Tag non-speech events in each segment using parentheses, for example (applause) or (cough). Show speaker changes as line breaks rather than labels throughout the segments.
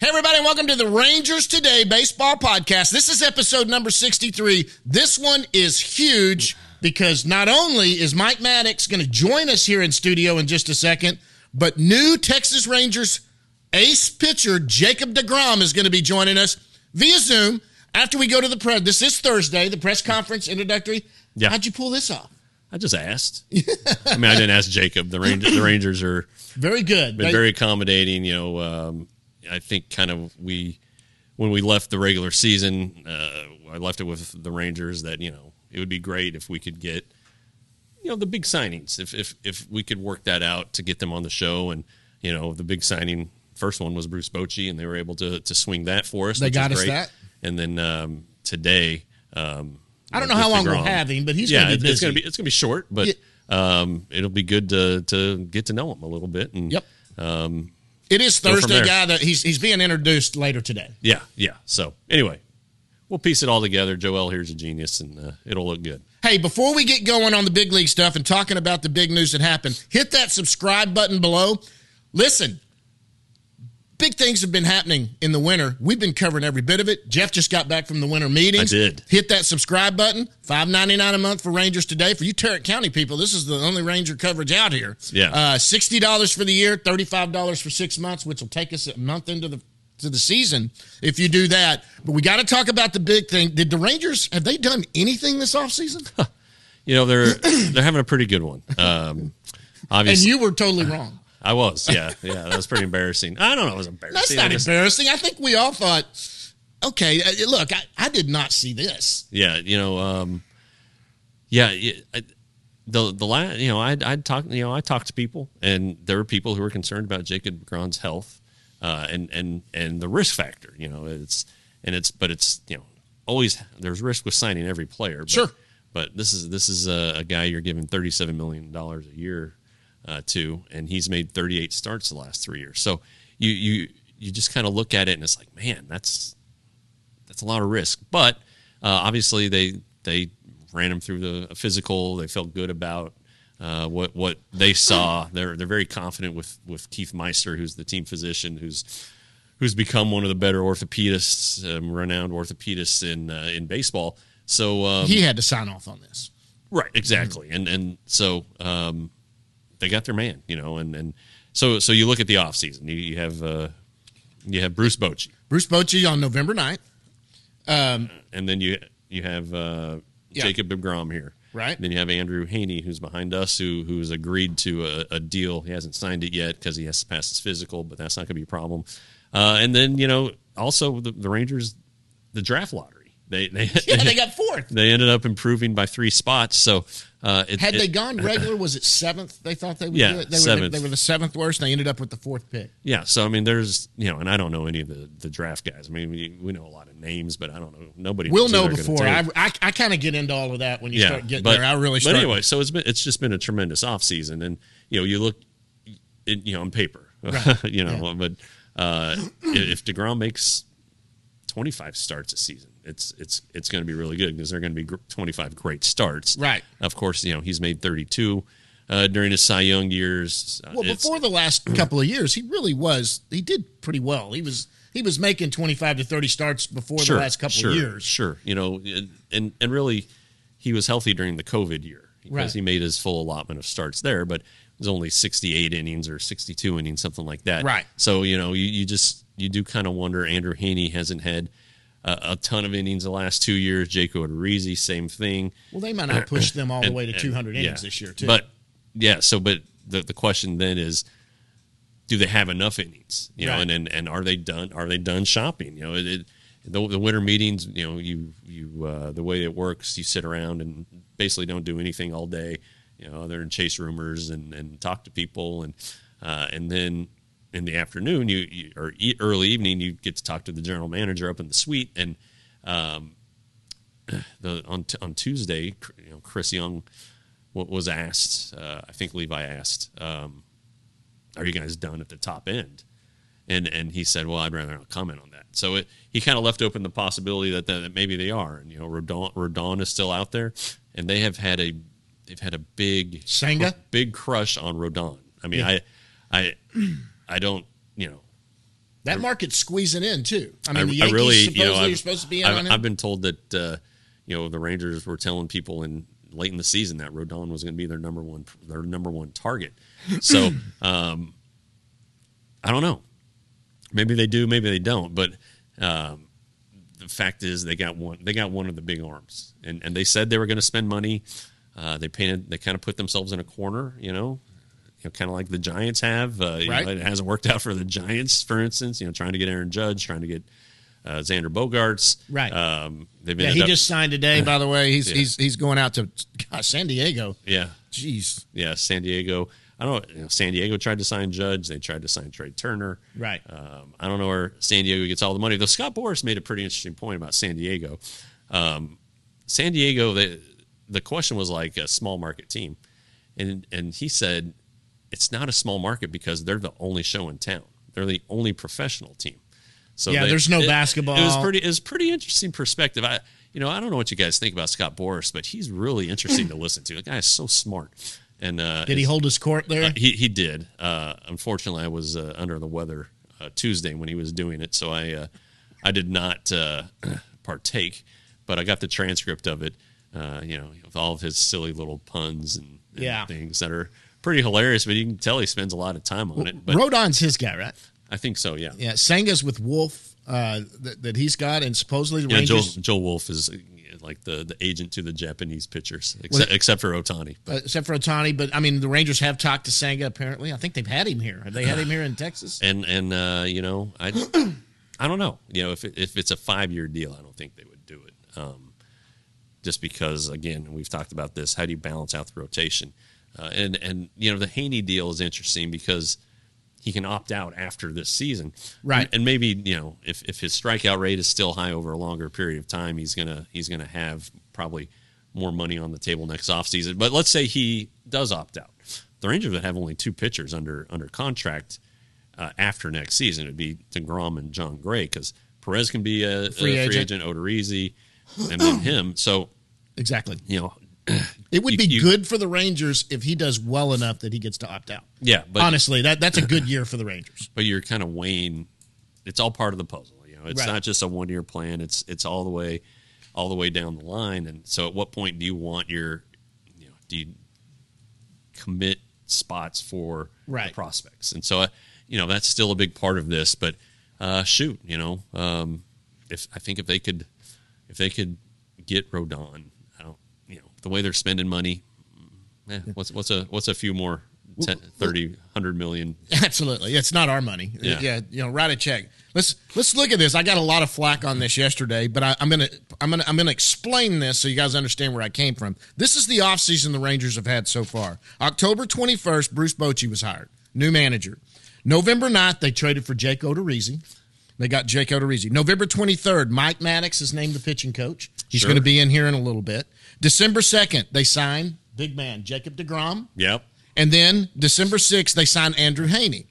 Hey, everybody, welcome to the Rangers Today Baseball Podcast. This is episode number 63. This one is huge because not only is Mike Maddox going to join us here in studio in just a second, but new Texas Rangers ace pitcher Jacob DeGrom is going to be joining us via Zoom after we go to the press. This is Thursday, the press conference introductory.
Yeah.
How'd you pull this off?
I just asked. I mean, I didn't ask Jacob. The Rangers, the Rangers are
Very good.
been
They-
very accommodating. You know, um, I think kind of we when we left the regular season, uh, I left it with the Rangers that you know it would be great if we could get you know the big signings. If if if we could work that out to get them on the show, and you know the big signing first one was Bruce Bochy, and they were able to to swing that for us.
They
which is
got us
great.
that.
and then um, today. Um,
I don't know
with
how long we'll
DeGrom
have him, but he's
yeah,
going to
it-
be busy.
it's gonna be it's gonna be short, but um, it'll be good to to get to know him a little bit. And
Yep. Um, it is
from
Thursday,
there.
guy. That he's he's being introduced later today.
yeah, yeah. So anyway, we'll piece it all together. Joel here's a genius, and uh, it'll look good.
Hey, before we get going on the big league stuff and talking about the big news that happened, hit that subscribe button below. Listen, big things have been happening in the winter. We've been covering every bit of it. Jeff just got back from the winter meetings.
I did.
Hit that subscribe button. Five ninety nine a month for Rangers today. For you Tarrant County people, this is the only Ranger coverage out here.
Yeah.
Uh, Sixty dollars for the year, thirty five dollars for six months, which will take us a month into the to the season if you do that. But we got to talk about the big thing. Did the Rangers have they done anything this offseason?
You know they're (coughs) they're having a pretty good one. Um,
and
obviously,
you were totally
Uh-huh.
wrong.
I was. Yeah, yeah. That was pretty embarrassing. I don't know. It was embarrassing.
That's
I
not
just-
embarrassing. I think we all thought, okay, uh, look, I, I did not see this.
yeah you know um yeah it, I, the the last you know i i talked you know i talked to people and there were people who were concerned about jacob Grand's health uh and and and the risk factor you know it's and it's but it's you know always there's risk with signing every player but,
Sure.
but this is this is a, a guy you're giving 37 million dollars a year uh, to and he's made 38 starts the last three years so you you you just kind of look at it and it's like man that's that's a lot of risk. But uh, obviously, they they ran him through the a physical. They felt good about uh, what what they saw. They're they're very confident with with Keith Meister, who's the team physician, who's who's become one of the better orthopedists, um, renowned orthopedists in uh, in baseball. So um,
He had to sign off on this.
Right, exactly. And and so um, they got their man, you know, and, and so so you look at the offseason. You, you have uh, you have Bruce Bochy,
Bruce Bochy on November 9th.
and then you you have uh,
Yeah.
Jacob Degrom here,
Right.
Then you have Andrew Haney, who's behind us, who who's agreed to a, a deal. He hasn't signed it yet because he has to pass his physical, but that's not going to be a problem. Uh, and then you know also the, the Rangers, the draft lottery. They they
(laughs) Yeah, they got fourth.
(laughs) they ended up improving by three spots. So uh, it,
Had
it-
they
(laughs)
gone regular, was it seventh? They thought they would
Yeah,
do it. They were,
seventh.
they were the seventh worst, and they ended up with the fourth pick.
Yeah, so I mean, there's you know, and I don't know any of the, the draft guys. I mean, we, we know a lot of names, but I don't know nobody.
We'll
knows who
know
they're gonna
before.
take.
I, I, I kind of get into all of that when you start getting there. I really
But
start.
anyway, so it's been it's just been a tremendous offseason. and you know you look, it, you know on paper, (laughs) you know, but uh, if Degrom makes twenty five starts a season, it's it's it's going to be really good because they're going to be twenty five great starts.
Right.
Of course, you know he's made thirty two uh, during his Cy Young years. Uh,
well,
it's-
before the
(clears throat)
last couple of years, he really was. He did pretty well. He was he was making twenty five to thirty starts before the last couple
sure,
of years.
Sure, you know, and- and and really, he was healthy during the COVID year because
Right.
he made his full allotment of starts there, but it was only sixty-eight innings or sixty-two innings, something like that.
Right.
So you know, you, you just you do kind of wonder. Andrew Haney hasn't had uh, a ton of innings the last two years. Jaco Odorizzi, same thing.
Well, they might not push them all the
And-
way to
and-
200 innings
yeah.
this year, too.
But yeah, so but the the question then is, do they have enough innings? You
Right.
know, and, and and are they done? Are they done shopping? You know, it, it, the the winter meetings. You know, you you uh, the way it works, you sit around and basically don't do anything all day. You know, other than chase rumors and and talk to people, and uh, and then in the afternoon you, you or e- early evening you get to talk to the general manager up in the suite and (clears throat) the on t- on Tuesday, Cr- you know, Chris Young wa- was asked. Uh, I think Levi asked, um, "Are you guys done at the top end?" And and he said, "Well, I'd rather not comment on that." So it, he kind of left open the possibility that, that that maybe they are, and you know, Rodon Rodon is still out there, and they have had a they've had a big
Senga?
big crush on Rodon. I mean, I I I don't you know
That market's squeezing in too. I mean,
I,
the
I
Yankees
really,
supposedly
you know,
are
I've,
supposed to be in
I've,
on him.
I've been told that uh, you know the Rangers were telling people in late in the season that Rodon was going to be their number one their number one target.
(clears throat)
So um, I don't know. Maybe they do, maybe they don't. But um, the fact is, they got one. They got one of the big arms, and and they said they were going to spend money. Uh, they painted. They kind of put themselves in a corner, you know, you know, kind of like the Giants have. Uh, you know,
Right.
it hasn't worked out for the Giants, for instance. You know, trying to get Aaron Judge, trying to get uh, Xander Bogarts.
Right.
Um, they've
yeah,
ended
he
up-
just signed today. By the way, he's
Yeah.
he's he's going out to gosh, San Diego.
yeah
Jeez,
yeah San Diego. I don't. know, You know, San Diego tried to sign Judge. They tried to sign Trey Turner.
Right.
Um, I don't know where San Diego gets all the money. Though Scott Boris made a pretty interesting point about San Diego. Um, San Diego, the the question was like a small market team, and and he said it's not a small market because they're the only show in town. They're the only professional team. So
Yeah, there's no
it- It was
basketball.
pretty. It was pretty interesting perspective. I you know I don't know what you guys think about Scott Boris, but he's really interesting to listen to. The guy is so smart. And uh,
did he
it's-
hold his court there?
uh, he he did. Uh, unfortunately, I was uh, under the weather uh, Tuesday when he was doing it, so I uh, I did not uh, (clears throat) partake. But I got the transcript of it. Uh, you know, with all of his silly little puns and, and
Yeah.
things that are pretty hilarious. But you can tell he spends a lot of time on it. But
Rodon's his guy, right?
I think so. Yeah.
Yeah, Sanga's with Wolf uh, that, that he's got, and supposedly the
Yeah, Joel,
Rangers,
Joel Wolf is uh, like the, the agent to the Japanese pitchers, except, except for Otani.
uh, except for Otani. But I mean, the Rangers have talked to Sanga. Apparently, I think they've had him here. Have they had him here in
(laughs)
Texas?
and and uh, you know I I don't know you know if it, if it's a five year deal I don't think they would do it um, just because again we've talked about this how do you balance out the rotation uh, and and you know the Haney deal is interesting because he can opt out after this season
Right.
and, and maybe you know if if his strikeout rate is still high over a longer period of time he's gonna he's gonna have probably more money on the table next offseason but let's say he does opt out the Rangers would have only two pitchers under under contract uh, after next season. It'd be Degrom and John Gray because Perez can be a a free,
agent.
agent. Odorizzi, and then him. So
Exactly.
you know,
It would
You-
be
you-
good for the Rangers if he does well enough that he gets to opt out.
yeah, but
Honestly, that that's a good year for the Rangers.
but you're kind of weighing. It's all part of the puzzle. You know, it's
Right.
not just a one year plan. It's it's all the way, all the way down the line. And so, at what point do you want your, you know, do you commit spots for the
Right.
prospects? And so, I, you know, that's still a big part of this. But uh, shoot, you know, um, if I think if they could, if they could get Rodon, I don't, you know, the way they're spending money, eh, what's what's a what's a few more. 10, 30, 100 million.
(laughs) Absolutely, it's not our money. Yeah.
Yeah.
you know, write a check. Let's let's look at this. I got a lot of flack on this yesterday, but I, I'm gonna I'm gonna I'm gonna explain this so you guys understand where I came from. This is the offseason the Rangers have had so far. October 21st, Bruce Bochy was hired, new manager. November 9th, they traded for Jake Odorizzi. They got Jake Odorizzi. November 23rd, Mike Maddox is named the pitching coach. He's
Sure.
going to be in here in a little bit. December 2nd, they sign big man Jacob DeGrom.
Yep.
And then December 6th, they signed Andrew Haney.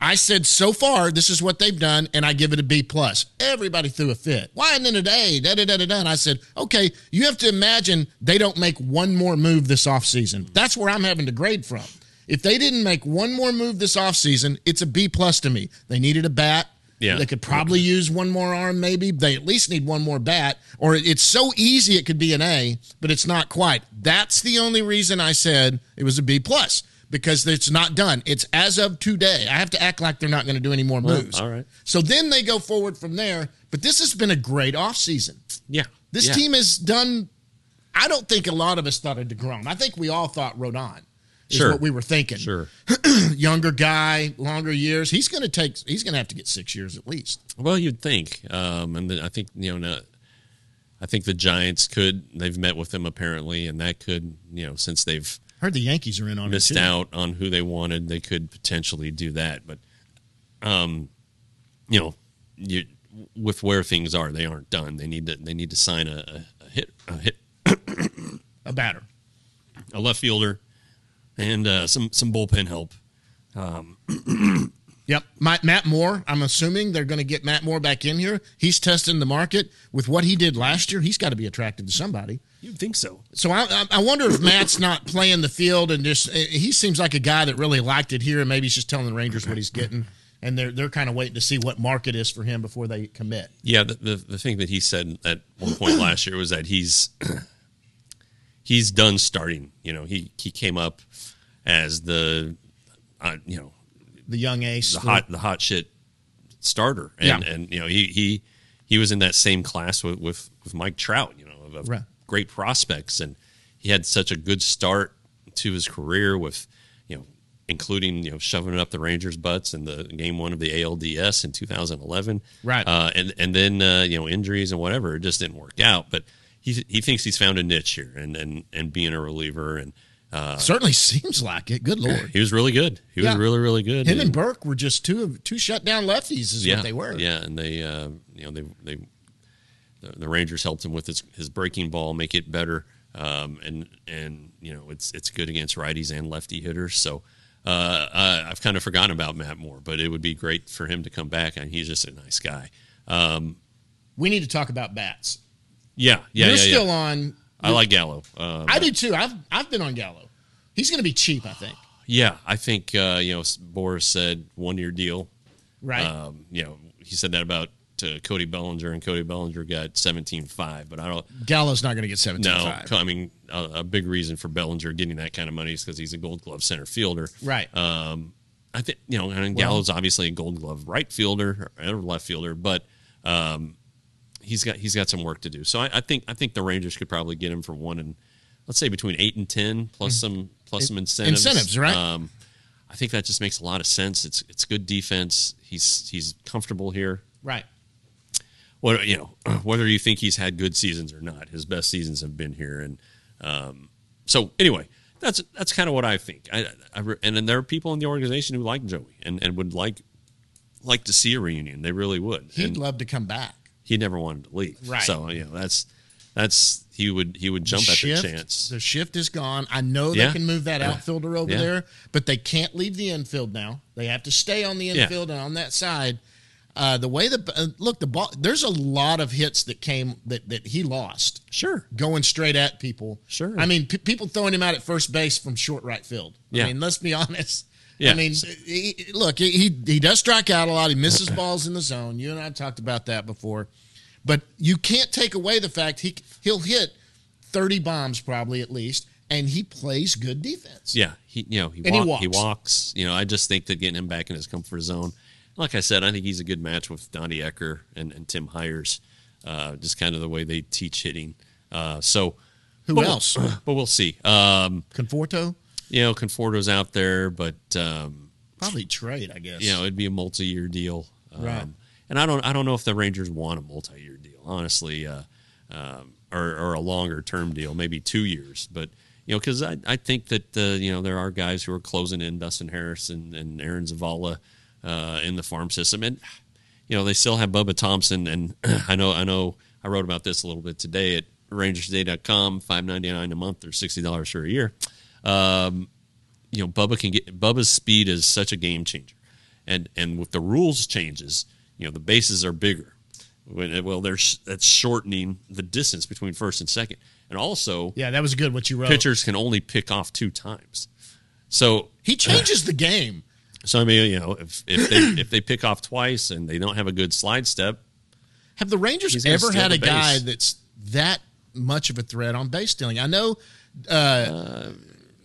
I said so far, this is what they've done, and I give it a B plus. Everybody threw a fit. Why and then today? Da da da da da. And I said, okay, you have to imagine they don't make one more move this offseason. That's where I'm having to grade from. If they didn't make one more move this offseason, it's a B plus to me. They needed a bat.
Yeah.
They could probably use one more arm, maybe. They at least need one more bat, or it's so easy it could be an A, but it's not quite. That's the only reason I said it was a B plus because it's not done. It's as of today. I have to act like they're not going to do any more moves.
all right.
So then they go forward from there. But this has been a great offseason.
Yeah.
This
Yeah.
team has done. I don't think a lot of us thought of Degrom. I think we all thought Rodon is
Sure.
what we were thinking.
Sure.
Younger guy, longer years. He's going to take. He's going to have to get six years at least.
Well, you'd think, um, and then I think you know, no- I think the Giants could. They've met with them apparently, and that could, you know, since they've
Heard the Yankees are in on it
missed
too.
out on who they wanted, they could potentially do that. But, um, you know, you with where things are, they aren't done. They need to they need to sign a, a, a hit a hit
a batter.
a left fielder, and uh, some some bullpen help.
Yep. My, Matt Moore, I'm assuming they're going to get Matt Moore back in here. He's testing the market with what he did last year. He's got to be attracted to somebody.
You'd think so.
So I, I- I wonder if Matt's not playing the field and just eh, he seems like a guy that really liked it here, and maybe he's just telling the Rangers what he's getting, and they're they're kind of waiting to see what market is for him before they commit.
Yeah, the, the the thing that he said at one point last year was that he's he's done starting. You know, he he came up as the uh, you know
The young ace,
the hot the hot shit starter, and
Yeah.
and you know he he he was in that same class with with, with Mike Trout. You know, of, of
Right.
great prospects, and he had such a good start to his career with you know including you know shoving it up the Rangers' butts in the game one of the ALDS in 2011,
Right.
Uh, and and then uh, you know injuries and whatever, it just didn't work out, but. He, he thinks he's found a niche here and, and, and being a reliever and
certainly (laughs) seems like it. Good lord,
he was really good. He
Yeah.
was really, really good.
him and Burke were just two of two shut down lefties, is
yeah,
what they were.
Yeah, and they, uh, you know, they they the, the Rangers helped him with his his breaking ball, make it better, um, and and you know it's it's good against righties and lefty hitters. So uh, uh, I've kind of forgotten about Matt Moore, but it would be great for him to come back, and he's just a nice guy.
We need to talk about bats.
Yeah, yeah,
You're
yeah.
still
yeah.
on.
I like Gallo. Uh,
I do too. I've I've been on Gallo. He's going to be cheap, I think.
yeah, I think uh, you know Boris said one year deal.
Right.
Um, you know he said that about uh, Cody Bellinger, and Cody Bellinger got seventeen five, but I don't.
Gallo's not going to get seventeen
No,
five.
I mean a, a big reason for Bellinger getting that kind of money is because he's a Gold Glove center fielder.
Right.
Um, I think you know, and Gallo's obviously a Gold Glove right fielder or left fielder, but um, he's got he's got some work to do. So I, I think I think the Rangers could probably get him for one and let's say between eight and ten plus some plus some incentives.
Mm. Incentives, right.
Um, I think that just makes a lot of sense. It's it's good defense. He's he's comfortable here
right.
what you know (clears throat) whether you think he's had good seasons or not his best seasons have been here and um, so anyway that's that's kind of what i think I, I re- and then there are people in the organization who like joey and, and would like like to see a reunion they really would
He'd
and
love to come back.
he never wanted to leave
Right.
so you know that's that's he would he would jump at the chance
The shift is gone. I know
Yeah.
they can move that
Yeah.
outfielder over
Yeah.
there, but they can't leave the infield now. They have to stay on the
Yeah.
infield and on that side. Uh, the way the uh, look the ball, there's a lot of hits that came that that he lost
sure
going straight at people.
Sure.
I mean, pe people throwing him out at first base from short right field. I
Yeah.
mean, let's be honest. I
Yeah.
mean, he, look, he he- he does strike out a lot. He
(clears throat)
misses balls in the zone. You and I talked about that before, but you can't take away the fact he he'll hit thirty bombs probably at least, and he plays good defense.
Yeah, he you know he,
And he
walk- he
walks.
walks. You know, I just think that getting him back in his comfort zone. Like I said, I think he's a good match with Donnie Ecker and, and Tim Hires. Uh, just kind of the way they teach hitting. Uh, so
Who
but we'll-
else?
(clears throat) but we'll see. Um,
Conforto
you know, Conforto's out there, but um,
probably trade, I guess.
you know it'd be a multi-year deal. Um,
Right.
And I don't I don't know if the Rangers want a multi-year deal, honestly, uh, um, or or a longer-term deal, maybe two years, but. You know, because I, I think that uh, you know there are guys who are closing in Dustin Harris and, and Aaron Zavala uh, in the farm system, and you know they still have Bubba Thompson, and (clears throat) I know I know I wrote about this a little bit today at RangersDay.com, five ninety nine a month or sixty dollars for a year you know Bubba can get Bubba's speed is such a game changer, and and with the rules changes, you know the bases are bigger. When- Well, there's that's shortening the distance between first and second, and also
yeah, that was good what you wrote.
pitchers can only pick off two times. So
He changes the game.
so I mean you know if if they if they pick off twice and they don't have a good slide step,
Have the Rangers
He's gonna
ever
steal
had
the
a guy
base.
that's that much of a threat on base stealing? I know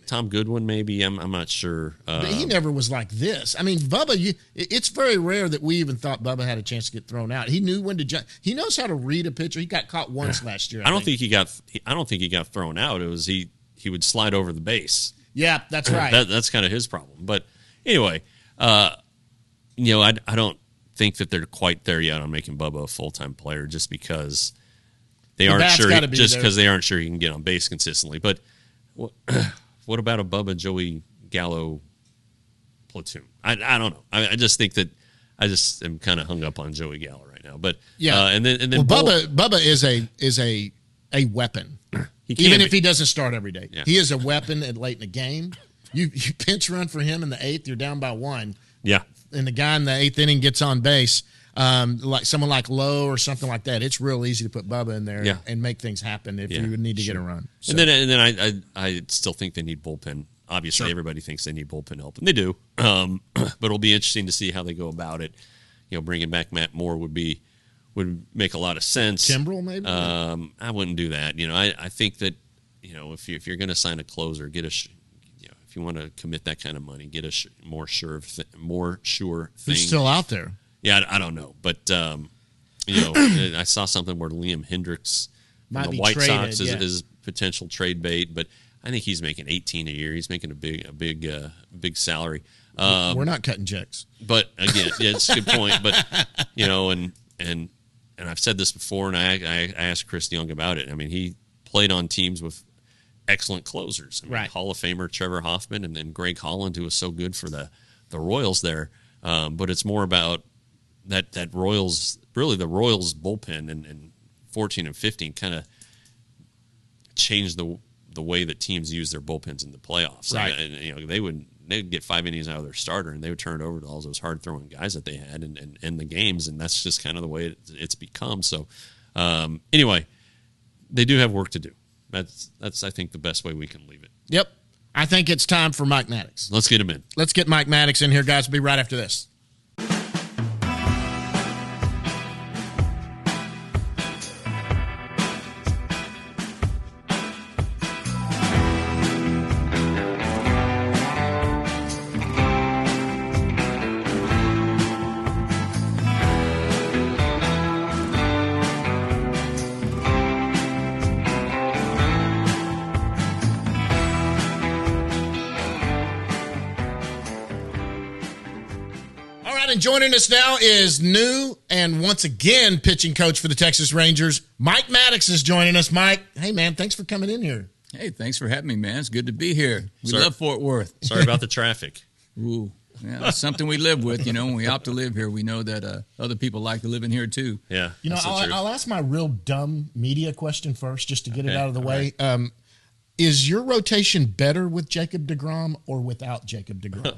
Tom Goodwin maybe I'm I'm not sure. Uh,
but he never was like this. I mean, Bubba, you, it- it's very rare that we even thought Bubba had a chance to get thrown out. He knew when to jump. He knows how to read a pitcher. He got caught once last year. I,
I don't think he got I don't think he got thrown out. It was he he would slide over the base.
Yeah, that's right.
That, that's kind of his problem. But anyway, uh, you know, I, I don't think that they're quite there yet on making Bubba a full time player just because they aren't
bat's
sure.
gotta be
Just
there.
because they aren't sure he can get on base consistently. But what, (clears throat) what about a Bubba Joey Gallo platoon? I, I don't know. I, I just think that I just am kind of hung up on Joey Gallo right now. But
Yeah.
uh, and then and then
well,
Bull-
Bubba, Bubba is a is a a weapon.
(clears throat) He can
Even
be.
if he doesn't start every day,
Yeah.
he is a weapon at late in the game. You you (laughs) pinch run for him in the eighth, you're down by one,
yeah,
and the guy in the eighth inning gets on base. Um, like someone like Lowe or something like that, it's real easy to put Bubba in there
Yeah.
and make things happen if
Yeah,
you need to get a run. So-
and then and then I I, I still think they need bullpen. Obviously, everybody thinks they need bullpen help, and they do. Um, (clears throat) but it'll be interesting to see how they go about it. You know, bringing back Matt Moore would be would make a lot of sense.
Kimbrel, maybe?
Um, I wouldn't do that. You know, I, I think that you know if you if you're going to sign a closer, get a sh- you know if you want to commit that kind of money, get a sh- more sure of th- more sure thing.
Who's still out there?
yeah, I, I don't know, but um, you
(coughs)
know, I saw something where Liam Hendricks from
Might
the
be
White
traded,
Sox is,
yeah.
is potential trade bait, but I think he's making 18 a year. He's making a big a big uh, big salary. Uh,
We're not cutting checks.
but again, yeah, it's a good point. But you know, and and and I've said this before, and I I, I asked Chris Young about it. I mean, he played on teams with excellent closers, I mean,
Right.
Hall of Famer Trevor Hoffman, and then Greg Holland, who was so good for the the Royals there. Um, but it's more about that that Royals really the Royals bullpen and, and fourteen and fifteen kind of changed the the way that teams use their bullpens in the playoffs.
Right.
And, and, you know they would they'd get five innings out of their starter and they would turn it over to all those hard throwing guys that they had and, and end the games. And that's just kind of the way it, it's become. So um, anyway, they do have work to do. That's that's I think the best way we can leave it.
Yep. I think it's time for Mike Maddox.
Let's get them in.
Let's get Mike Maddox in here, guys. We'll be right after this. All right, and joining us now is new and once again pitching coach for the Texas Rangers. Mike Maddox is joining us. Mike, hey man, thanks for coming in here.
Hey, thanks for having me, man. It's good to be here. We
Sorry.
love Fort Worth.
(laughs)
Sorry about the traffic.
Ooh, yeah, it's something we live with. You know, when we opt to live here, we know that uh, other people like to live in here too.
Yeah,
You know,
that's the
I'll,
truth.
I'll ask my real dumb media question first, just to get it
Okay,
out of the
all
way. Um, is your rotation better with Jacob Degrom or without Jacob Degrom?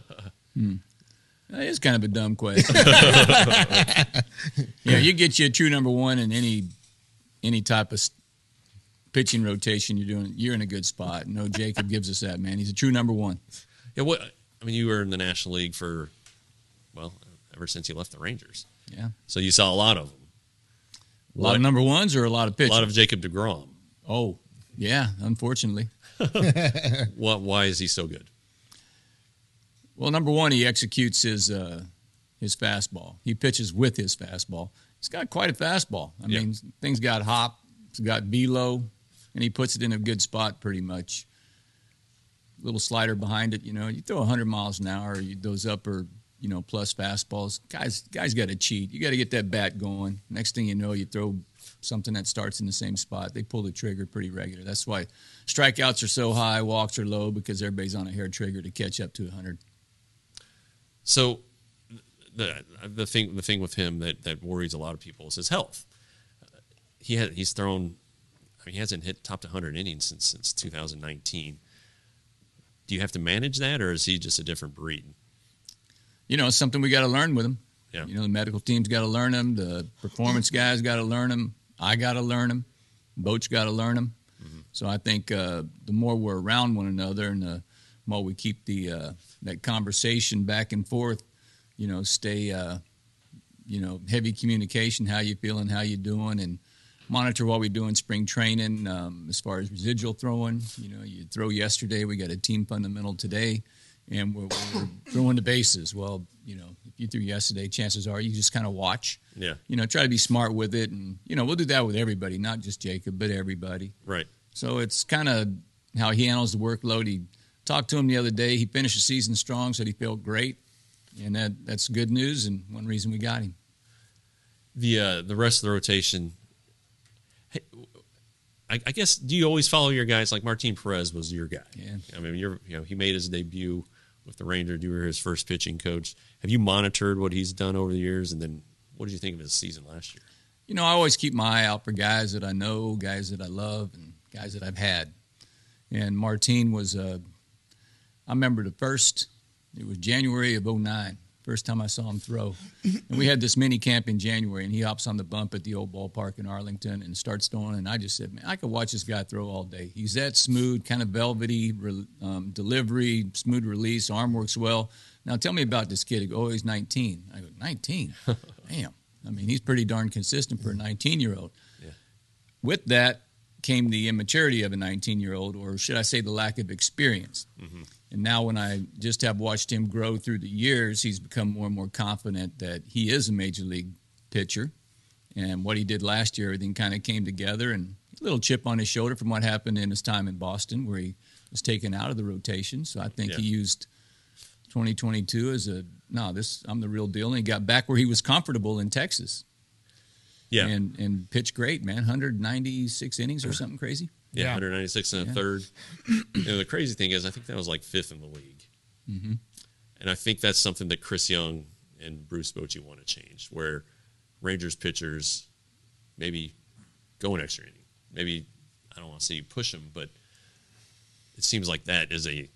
That is Uh, kind of a dumb question. (laughs) yeah, you get you a true number one in any any type of s- pitching rotation you're doing. You're in a good spot. No, Jacob gives us that man. He's a true number one.
Yeah, what I mean, you were in the National League for well, ever since you left the Rangers,
Yeah,
so you saw a lot of them,
a lot
What?
of number ones or a lot of
a
pitchers.
lot of Jacob Degrom.
oh, yeah, unfortunately.
What? Why is he so good?
Well, number one, he executes his uh, his fastball. He pitches with his fastball. He's got quite a fastball. I
Yeah.
mean, things got hop, it's got velo, and he puts it in a good spot pretty much. Little slider behind it, you know. You throw 100 miles an hour, you, those upper, you know, plus fastballs. Guys, guys got to cheat. You got to get that bat going. Next thing you know, you throw something that starts in the same spot. They pull the trigger pretty regular. That's why strikeouts are so high, walks are low because everybody's on a hair trigger to catch up to 100.
So the the thing the thing with him that that worries a lot of people is his health. Uh, He had he's thrown. I mean, he hasn't hit top 100 innings since since 2019. Do you have to manage that, or is he just a different breed?
you know, it's something we got to learn with them.
Yeah.
You know, the medical team's got to learn them. The performance guys got to learn them. I got to learn them. Boats got to learn them. So I think uh, the more we're around one another and the more we keep the uh, that conversation back and forth, you know, stay, uh, you know, heavy communication, how you feeling, how you doing, and monitor what we do in spring training um, as far as residual throwing. You know, you throw yesterday, we got a team fundamental today, and we're, we're throwing the bases. Well, you know, if you threw yesterday, chances are you just kind of watch.
Yeah.
You know, try to be smart with it, and you know, we'll do that with everybody, not just Jacob, but everybody.
Right.
So it's kind of how he handles the workload. He talked to him the other day. He finished the season strong, said he felt great, and that that's good news and one reason we got him.
the uh, the rest of the rotation. Hey, I, I guess do you always follow your guys? Like Martin Perez was your guy.
Yeah.
I mean, you're you know he made his debut with the Rangers. You were his first pitching coach. Have you monitored what he's done over the years? And then what did you think of his season last year?
you know, I always keep my eye out for guys that I know, guys that I love, and guys that I've had. And Martine was, uh, I remember the first, it was January of 09, first time I saw him throw. and we had this mini camp in January, and he hops on the bump at the old ballpark in Arlington and starts throwing. And I just said, man, I could watch this guy throw all day. He's that smooth, kind of velvety re- um, delivery, smooth release, arm works well. Now tell me about this kid. He go, oh, he's 19. I go, 19? Damn. I mean, he's pretty darn consistent for a 19 year old. With that came the immaturity of a 19 year old, or should I say, the lack of experience. And now, when I just have watched him grow through the years, he's become more and more confident that he is a major league pitcher. And what he did last year, everything kind of came together and a little chip on his shoulder from what happened in his time in Boston, where he was taken out of the rotation. So I think
Yeah.
he used 2022 as a no, this I'm the real deal. And he got back where he was comfortable in Texas
Yeah.
and and pitched great, man. 196 innings or something crazy.
Yeah,
Yeah.
196 and a third. you know, the crazy thing is, I think that was like fifth in the league.
Mm-hmm.
And I think that's something that Chris Young and Bruce Bochy want to change, where Rangers pitchers maybe go an extra inning. Maybe, I don't want to say you push them, but it seems like that is a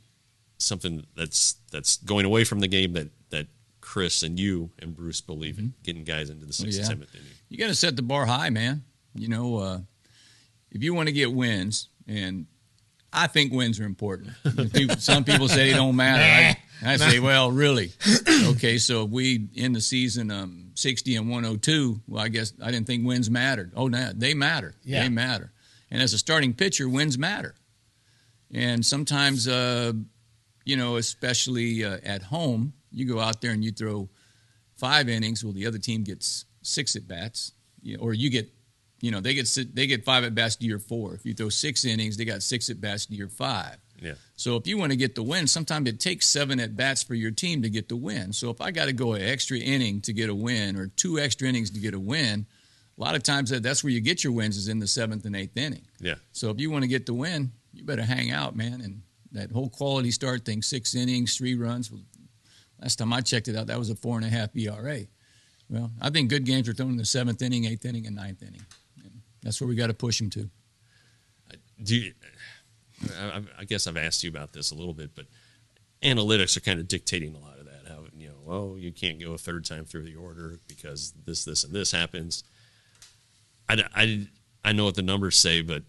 something that's that's going away from the game that that Chris and you and Bruce believe in,
Mm-hmm.
getting guys into the
Oh,
sixth
yeah.
and seventh inning.
You got to set the bar high, man. You know, uh, if you want to get wins, and I think wins are important. If people- some people say they don't matter. I, I say, well, really? Okay, so if we end the season um, 60 and 102, well, I guess I didn't think wins mattered. Oh, no, they matter.
Yeah.
They matter. And as a starting pitcher, wins matter. And sometimes, uh, you know, especially uh, at home, you go out there and you throw five innings. Well, the other team gets six at bats, you know, or you get, you know, they get si- they get five at bats to your four. If you throw six innings, they got six at bats to your five.
Yeah.
So if you want to get the win, sometimes it takes seven at bats for your team to get the win. So if I got to go an extra inning to get a win, or two extra innings to get a win, a lot of times that, that's where you get your wins is in the seventh and eighth inning.
Yeah.
So if you want to get the win, you better hang out, man. And that whole quality start thing, six innings, three runs. Last time I checked it out, that was a four and a half ERA. Well, I think good games are thrown in the seventh inning, eighth inning, and ninth inning. And that's where we got to push them to.
do you, I, I- I guess I've asked you about this a little bit, but analytics are kind of dictating a lot of that. How you know, oh, you can't go a third time through the order because this, this, and this happens. I, d- I d- I know what the numbers say, but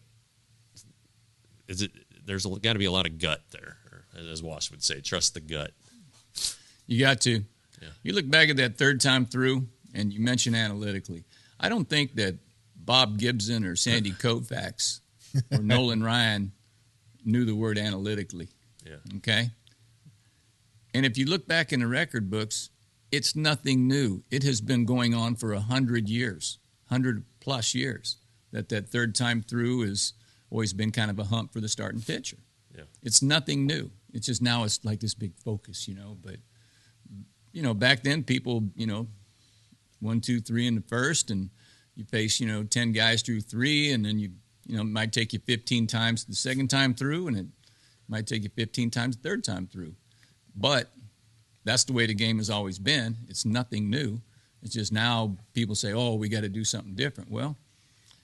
is it there's got to be a lot of gut there, or as Wash would say, trust the gut.
You got to. You look back at that third time through, and you mention analytically. I don't think that Bob Gibson
(laughs)
or Sandy Koufax or Nolan Ryan knew the word analytically.
Yeah,
Okay. And if you look back in the record books, it's nothing new. It has been going on for a hundred years, hundred plus years. That that third time through has always been kind of a hump for the starting pitcher.
Yeah.
It's nothing new. It's just now it's like this big focus, you know. But you know, back then people, you know, one, two, three in the first, and you face, you know, ten guys through three, and then you, you know, it might take you fifteen times the second time through, and it might take you 15 times the third time through. But that's the way the game has always been. It's nothing new. It's just now people say, oh, we got to do something different. Well,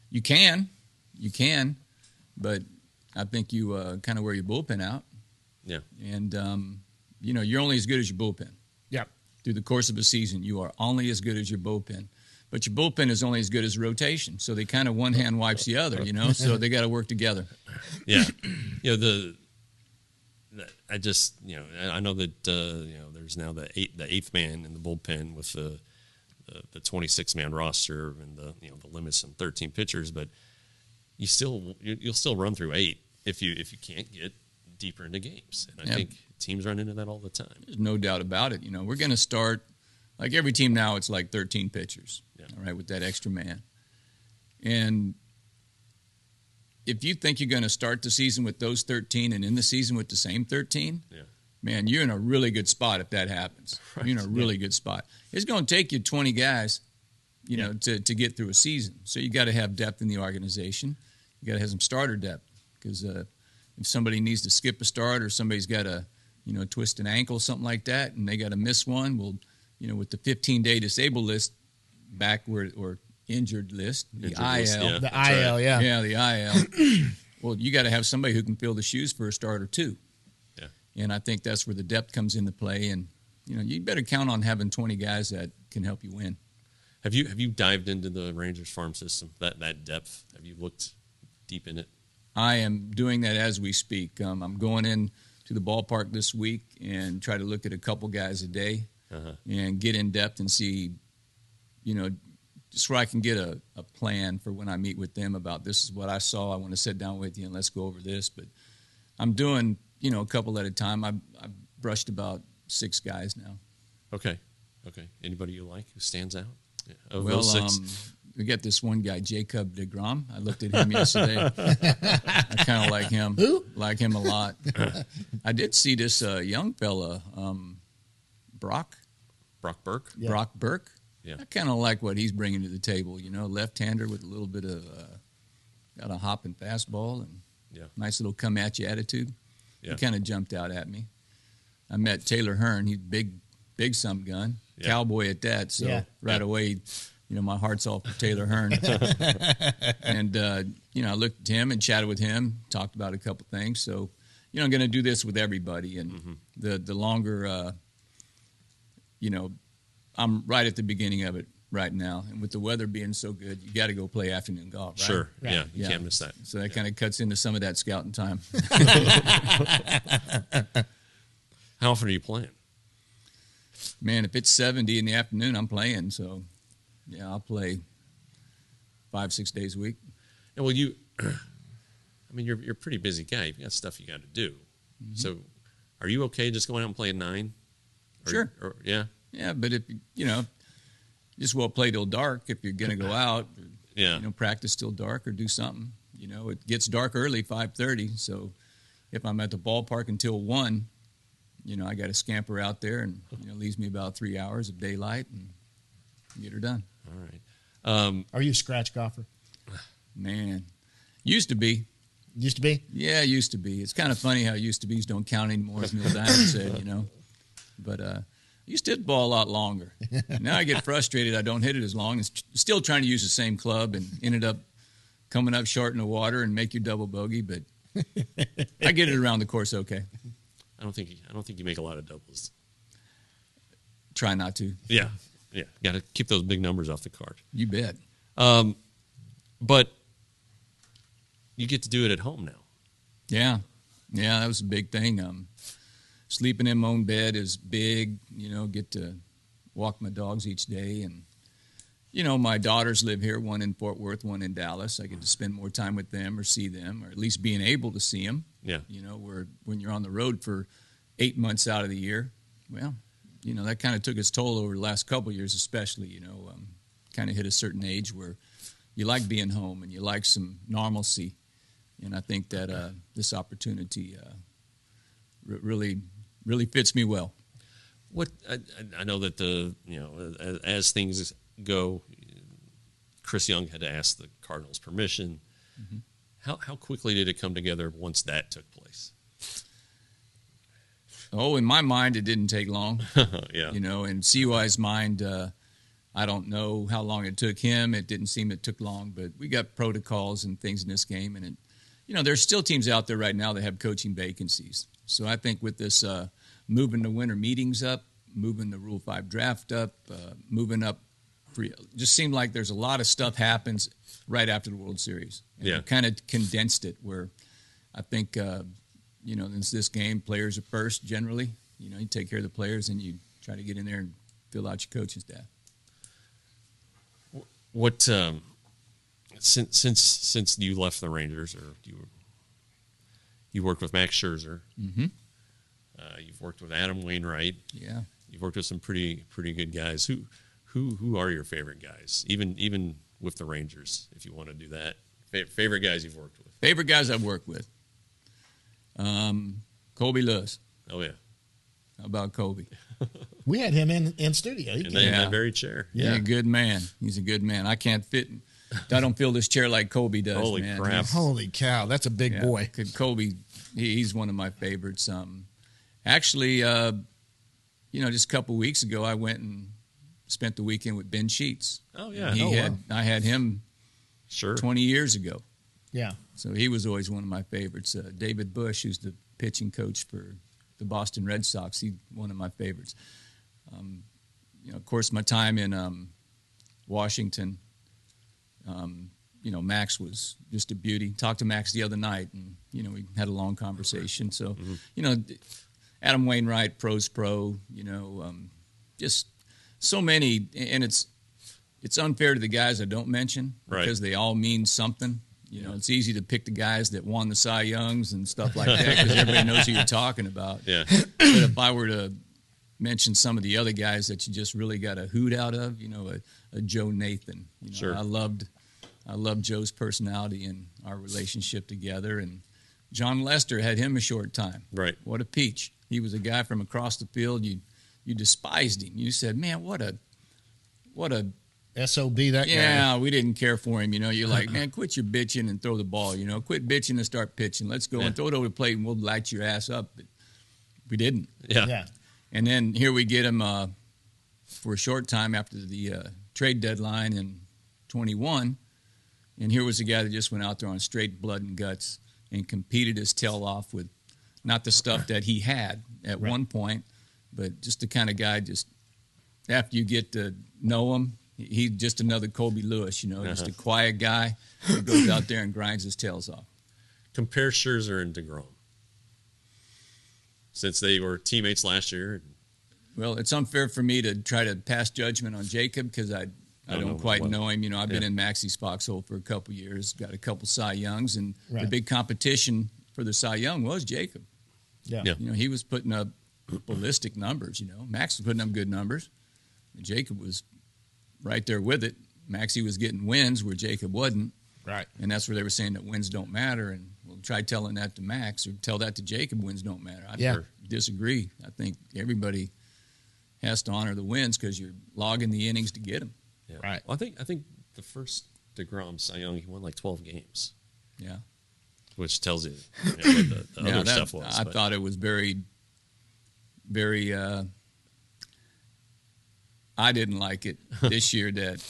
you can, you can, but I think you uh, kind of wear your bullpen out.
yeah,
And, um, you know, you're only as good as your bullpen
Yeah.
through the course of a season. You are only as good as your bullpen, but your bullpen is only as good as rotation. So they kind of one hand wipes the other, you know, so they got to work together.
yeah. you know the. the- I just, you know, I I know that uh, you know there's now the eight, the eighth man in the bullpen with the the, the 26 man roster and the you know the limits and 13 pitchers, but you still you- you'll still run through eight if you if you can't get deeper into games, and I
Yeah.
think teams run into that all the time.
There's no doubt about it. You know, we're going to start like every team now. It's like 13 pitchers,
Yeah.
all right, with that extra man. And if you think you're going to start the season with those 13 and end the season with the same 13,
Yeah,
man, you're in a really good spot if
(laughs)
that happens. You're in a really good spot. It's going to take you 20 guys, you know, to, to get through a season. So you got to have depth in the organization. You got to have some starter depth because uh, if somebody needs to skip a start or somebody's got a, you know, twist an ankle, something like that, and they got to miss one, well, you know, with the 15 day disabled list back where, or injured list, the
Injured
IL.
list, yeah.
The
That's right.
IL, yeah.
Yeah, the IL. well, you got to have somebody who can fill the shoes for a starter too,
Yeah.
and I think that's where the depth comes into play. And you know, you better count on having twenty guys that can help you win.
Have you have you dived into the Rangers farm system that that depth? Have you looked deep in it?
I am doing that as we speak. Um, I'm going in to the ballpark this week and try to look at a couple guys a day and get in depth and see, you know, just where I can get a, a plan for when I meet with them about this is what I saw. I want to sit down with you and let's go over this. But I'm doing, you know, a couple at a time. I've, I've brushed about six guys now.
Okay, okay. Anybody you like who stands out? Yeah. Of
Well,
those six,
um, we got this one guy, Jacob DeGrom. I looked at him yesterday. I kind of like him.
Who?
Like him a lot. (laughs) I did see this uh, young fella, um, Brock,
Brock Burke.
Brock Burke.
Yeah.
I kind of like what he's bringing to the table. You know, left-hander with a little bit of uh, got a hop and fastball and
Yeah.
nice little come at you attitude.
Yeah.
He kind of jumped out at me. I met Taylor Hearn. He's big, big some gun
Yeah.
cowboy at that. So
Yeah.
right away, you know, my heart's off for Taylor Hearn. and uh, you know, I looked at him and chatted with him, talked about a couple things. So you know, I'm going to do this with everybody. And
Mm-hmm.
the the longer, uh, you know, I'm right at the beginning of it right now. And with the weather being so good, you got to go play afternoon golf. Right?
Sure.
Right.
Yeah, you
Yeah.
can't miss that.
So that kind of cuts into some of that scouting time.
How often are you playing?
Man, if it's 70 in the afternoon, I'm playing. So, yeah, I'll play five, six days a week.
Yeah, well, you, (clears throat) I mean, you're you're a pretty busy guy. You've got stuff you got to do. So, are you okay just going out and playing nine? Or-
Sure.
Or, yeah.
Yeah, but if you- you know, just well play till dark if you're going to go out. or,
Yeah.
You know, practice till dark or do something. You know, it gets dark early, 5:30. So, if I'm at the ballpark until one, you know, I got to scamper out there, and you know, leaves me about three hours of daylight and get her done.
All right.
Are you a scratch golfer?
Man, used to be.
Used to be.
Yeah, it used to be. It's kind of funny how used to be's don't count anymore, as Neil Diamond said, you know. But uh, I used to hit the ball a lot longer. Now I get frustrated. I don't hit it as long. It's still trying to use the same club and ended up coming up short in the water and make your double bogey. But I get it around the course okay.
I don't think I don't think you make a lot of doubles.
Try not to.
(laughs) Yeah. Yeah. Got to keep those big numbers off the card. Um,
You bet.
But you get to do it at home now.
Yeah, yeah, that was a big thing. Um, sleeping in my own bed is big. You know, get to walk my dogs each day, and you know, my daughters live here. One in Fort Worth, one in Dallas. I get to spend more time with them, or see them, or at least being able to see them.
Yeah.
You know, where when you're on the road for eight months out of the year, well, you know, that kind of took its toll over the last couple of years, especially. You know, um, kind of hit a certain age where you like being home and you like some normalcy and I think that uh, this opportunity uh, re- really really fits me well.
What I, I- I know that the you know as, as things go, Chris Young had to ask the Cardinals permission. Mm-hmm. How how quickly did it come together once that took place?
Oh, in my mind, it didn't take long,
Uh, yeah.
you know. In CY's mind, uh, I don't know how long it took him. It didn't seem it took long, but we got protocols and things in this game, and it, you know, there's still teams out there right now that have coaching vacancies. So I think with this uh, moving the winter meetings up, moving the Rule Five draft up, uh, moving up, free, just seemed like there's a lot of stuff happens right after the World Series. And
Yeah.
kind of condensed it where I think uh, you know since this game players are first generally. You know, you take care of the players and you try to get in there and fill out your coaching staff.
What um, since since since you left the Rangers or you were, you worked with Max Scherzer, mm-hmm. uh, you've worked with Adam Wainwright,
Yeah.
you've worked with some pretty pretty good guys. Who who who are your favorite guys? Even even with the Rangers, if you want to do that, Fa- favorite guys you've worked with.
Favorite guys I've worked with. Um, Kobe Lewis.
Oh yeah,
How about Kobe?
We had him in in studio. He
and
came-
then
Yeah.
that very chair.
He's a good man. He's a good man. I can't fit. I don't feel this chair like Kobe does.
Holy
man.
crap!
Holy cow, that's a big
Yeah.
boy.
Could Kobe, he, he's one of my favorites. Um, actually, uh, you know, just a couple weeks ago, I went and spent the weekend with Ben Sheets.
Oh, yeah.
he
Oh,
had I had him
Sure.
20 years ago,
Yeah.
so he was always one of my favorites. Uh, David Bush, who's the pitching coach for the Boston Red Sox, he's one of my favorites. Um, you know, of course, my time in um, Washington. Um, you know, Max was just a beauty. Talked to Max the other night, and you know, we had a long conversation. So, you know, Adam Wainwright, pros pro. You know, um, just so many, and it's it's unfair to the guys I don't mention
Right.
because they all mean something. You know, it's easy to pick the guys that won the Cy Youngs and
(laughs)
stuff like that because everybody knows who you're talking about. (laughs)
Yeah.
But if I were to mention some of the other guys that you just really got a hoot out of, you know, a, a Joe Nathan. You know,
Sure.
I loved I loved Joe's personality and our relationship together. And John Lester had him a short time.
Right.
What a peach. He was a guy from across the field. You you despised him. You said, Man, what a what a
SOB that guy. Uh-huh.
yeah, we didn't care for him. You know, you're like, man, quit your bitching and throw the ball. You know, quit bitching and start pitching. Let's go
Yeah.
and throw it over the plate and we'll light your ass up. But we didn't.
Yeah.
Yeah.
And then here we get him uh, for a short time after the uh, trade deadline in 21. And here was a guy that just went out there on straight blood and guts and competed his tail off with not the stuff that he had at
Right.
one point, but just the kind of guy just after you get to know him, he- he's just another Kobe Lewis, you know, just a quiet guy who goes out there and grinds his tails off.
Compare Scherzer and Degrom, since they were teammates last year.
Well, it's unfair for me to try to pass judgment on Jacob because I, I
Don't
don't
know
quite
what-
know him. You know, I've been
Yeah.
in Maxie's foxhole for a couple years, got a couple Cy Youngs, and the
Right.
big competition for the Cy Young was Jacob.
Yeah.
Yeah.
You know, he was putting up ballistic numbers. You know, Max was putting up good numbers. Jacob was right there with it. Maxie was getting wins where Jacob wasn't.
Right.
And that's where they were saying that wins don't matter. And we'll try telling that to Max or tell that to Jacob wins don't matter. I
Yeah.
disagree. I think everybody has to honor the wins because you're logging the innings to get them.
Yeah.
Right.
Well, I think I think the first Degrom Cy Young he won like twelve games,
Yeah.
which tells you, you know, what the, the
(laughs) Yeah,
other
that-
stuff was.
I
but-
thought it was very, very. Uh, I didn't
(laughs)
like it this year that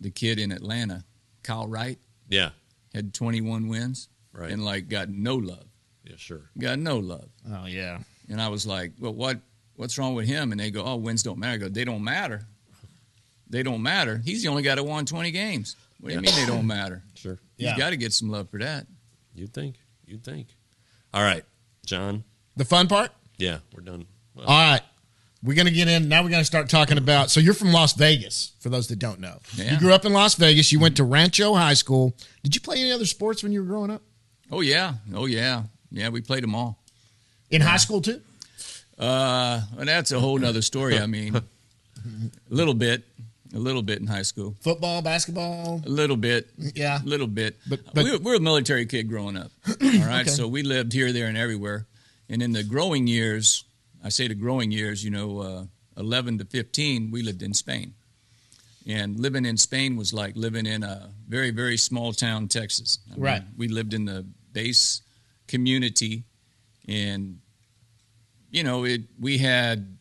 the kid in Atlanta, Kyle Wright,
Yeah.
had 21 wins
Right.
and like got no love,
Yeah. Sure.
got no love.
Oh yeah.
And I was like, well, what what's wrong with him? And they go, oh, wins don't matter. I go, they don't matter. They don't matter. He's the only guy that won 20 games. What do you
Yeah.
mean they
(laughs)
don't matter?
Sure.
Yeah.
He's got to get some love for that.
You'd think. You'd think. All right, John.
The fun part?
Yeah, we're done. Well,
All right. We're going to get in. Now we're going to start talking about. So you're from Las Vegas, for those that don't know.
Yeah.
You grew up in Las Vegas. You went to Rancho High School. Did you play any other sports when you were growing up?
Oh, yeah. Oh, yeah. Yeah, we played them all.
In high school, too?
Uh, and that's a whole nother story.
(laughs)
I mean, a little bit, a little bit in high school,
Football, basketball.
a little bit,
Yeah.
a (laughs) little bit.
But- but-
we, were, we were a military kid growing up. (clears throat) All right, so we lived here, there, and everywhere. And in the growing years, I say the growing years, you know, uh, eleven to fifteen, we lived in Spain. And living in Spain was like living in a very, very small town, Texas. I mean,
Right.
We lived in the base community, and you know, it. We had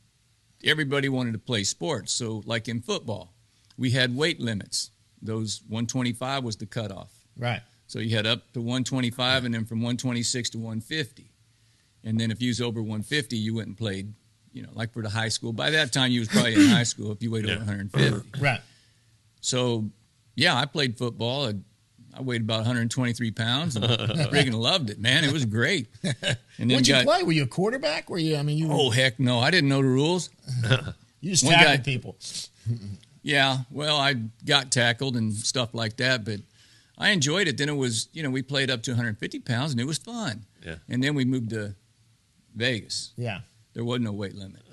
everybody wanted to play sports. So, like in football, we had weight limits. Those 125 was the cutoff.
Right.
So you had up to 125, and then from 126 to 150, and then if you was over 150, you went and played. You know, like for the high school. By that time, you was probably in high school if you weighed
Yeah.
over 150.
Right.
So, yeah, I played football. I, I weighed about 123 pounds. And friggin' loved it, man. It was great. And
What'd you play? Were you a quarterback? Were you, I mean, you,
Oh heck, no! I didn't know the rules.
you just
one guy-
tackled people.
Yeah, well, I got tackled and stuff like that, but I enjoyed it. Then it was, you know, we played up to 150 pounds and it was fun.
Yeah.
And then we moved to Vegas.
Yeah.
There wasn't no weight limit.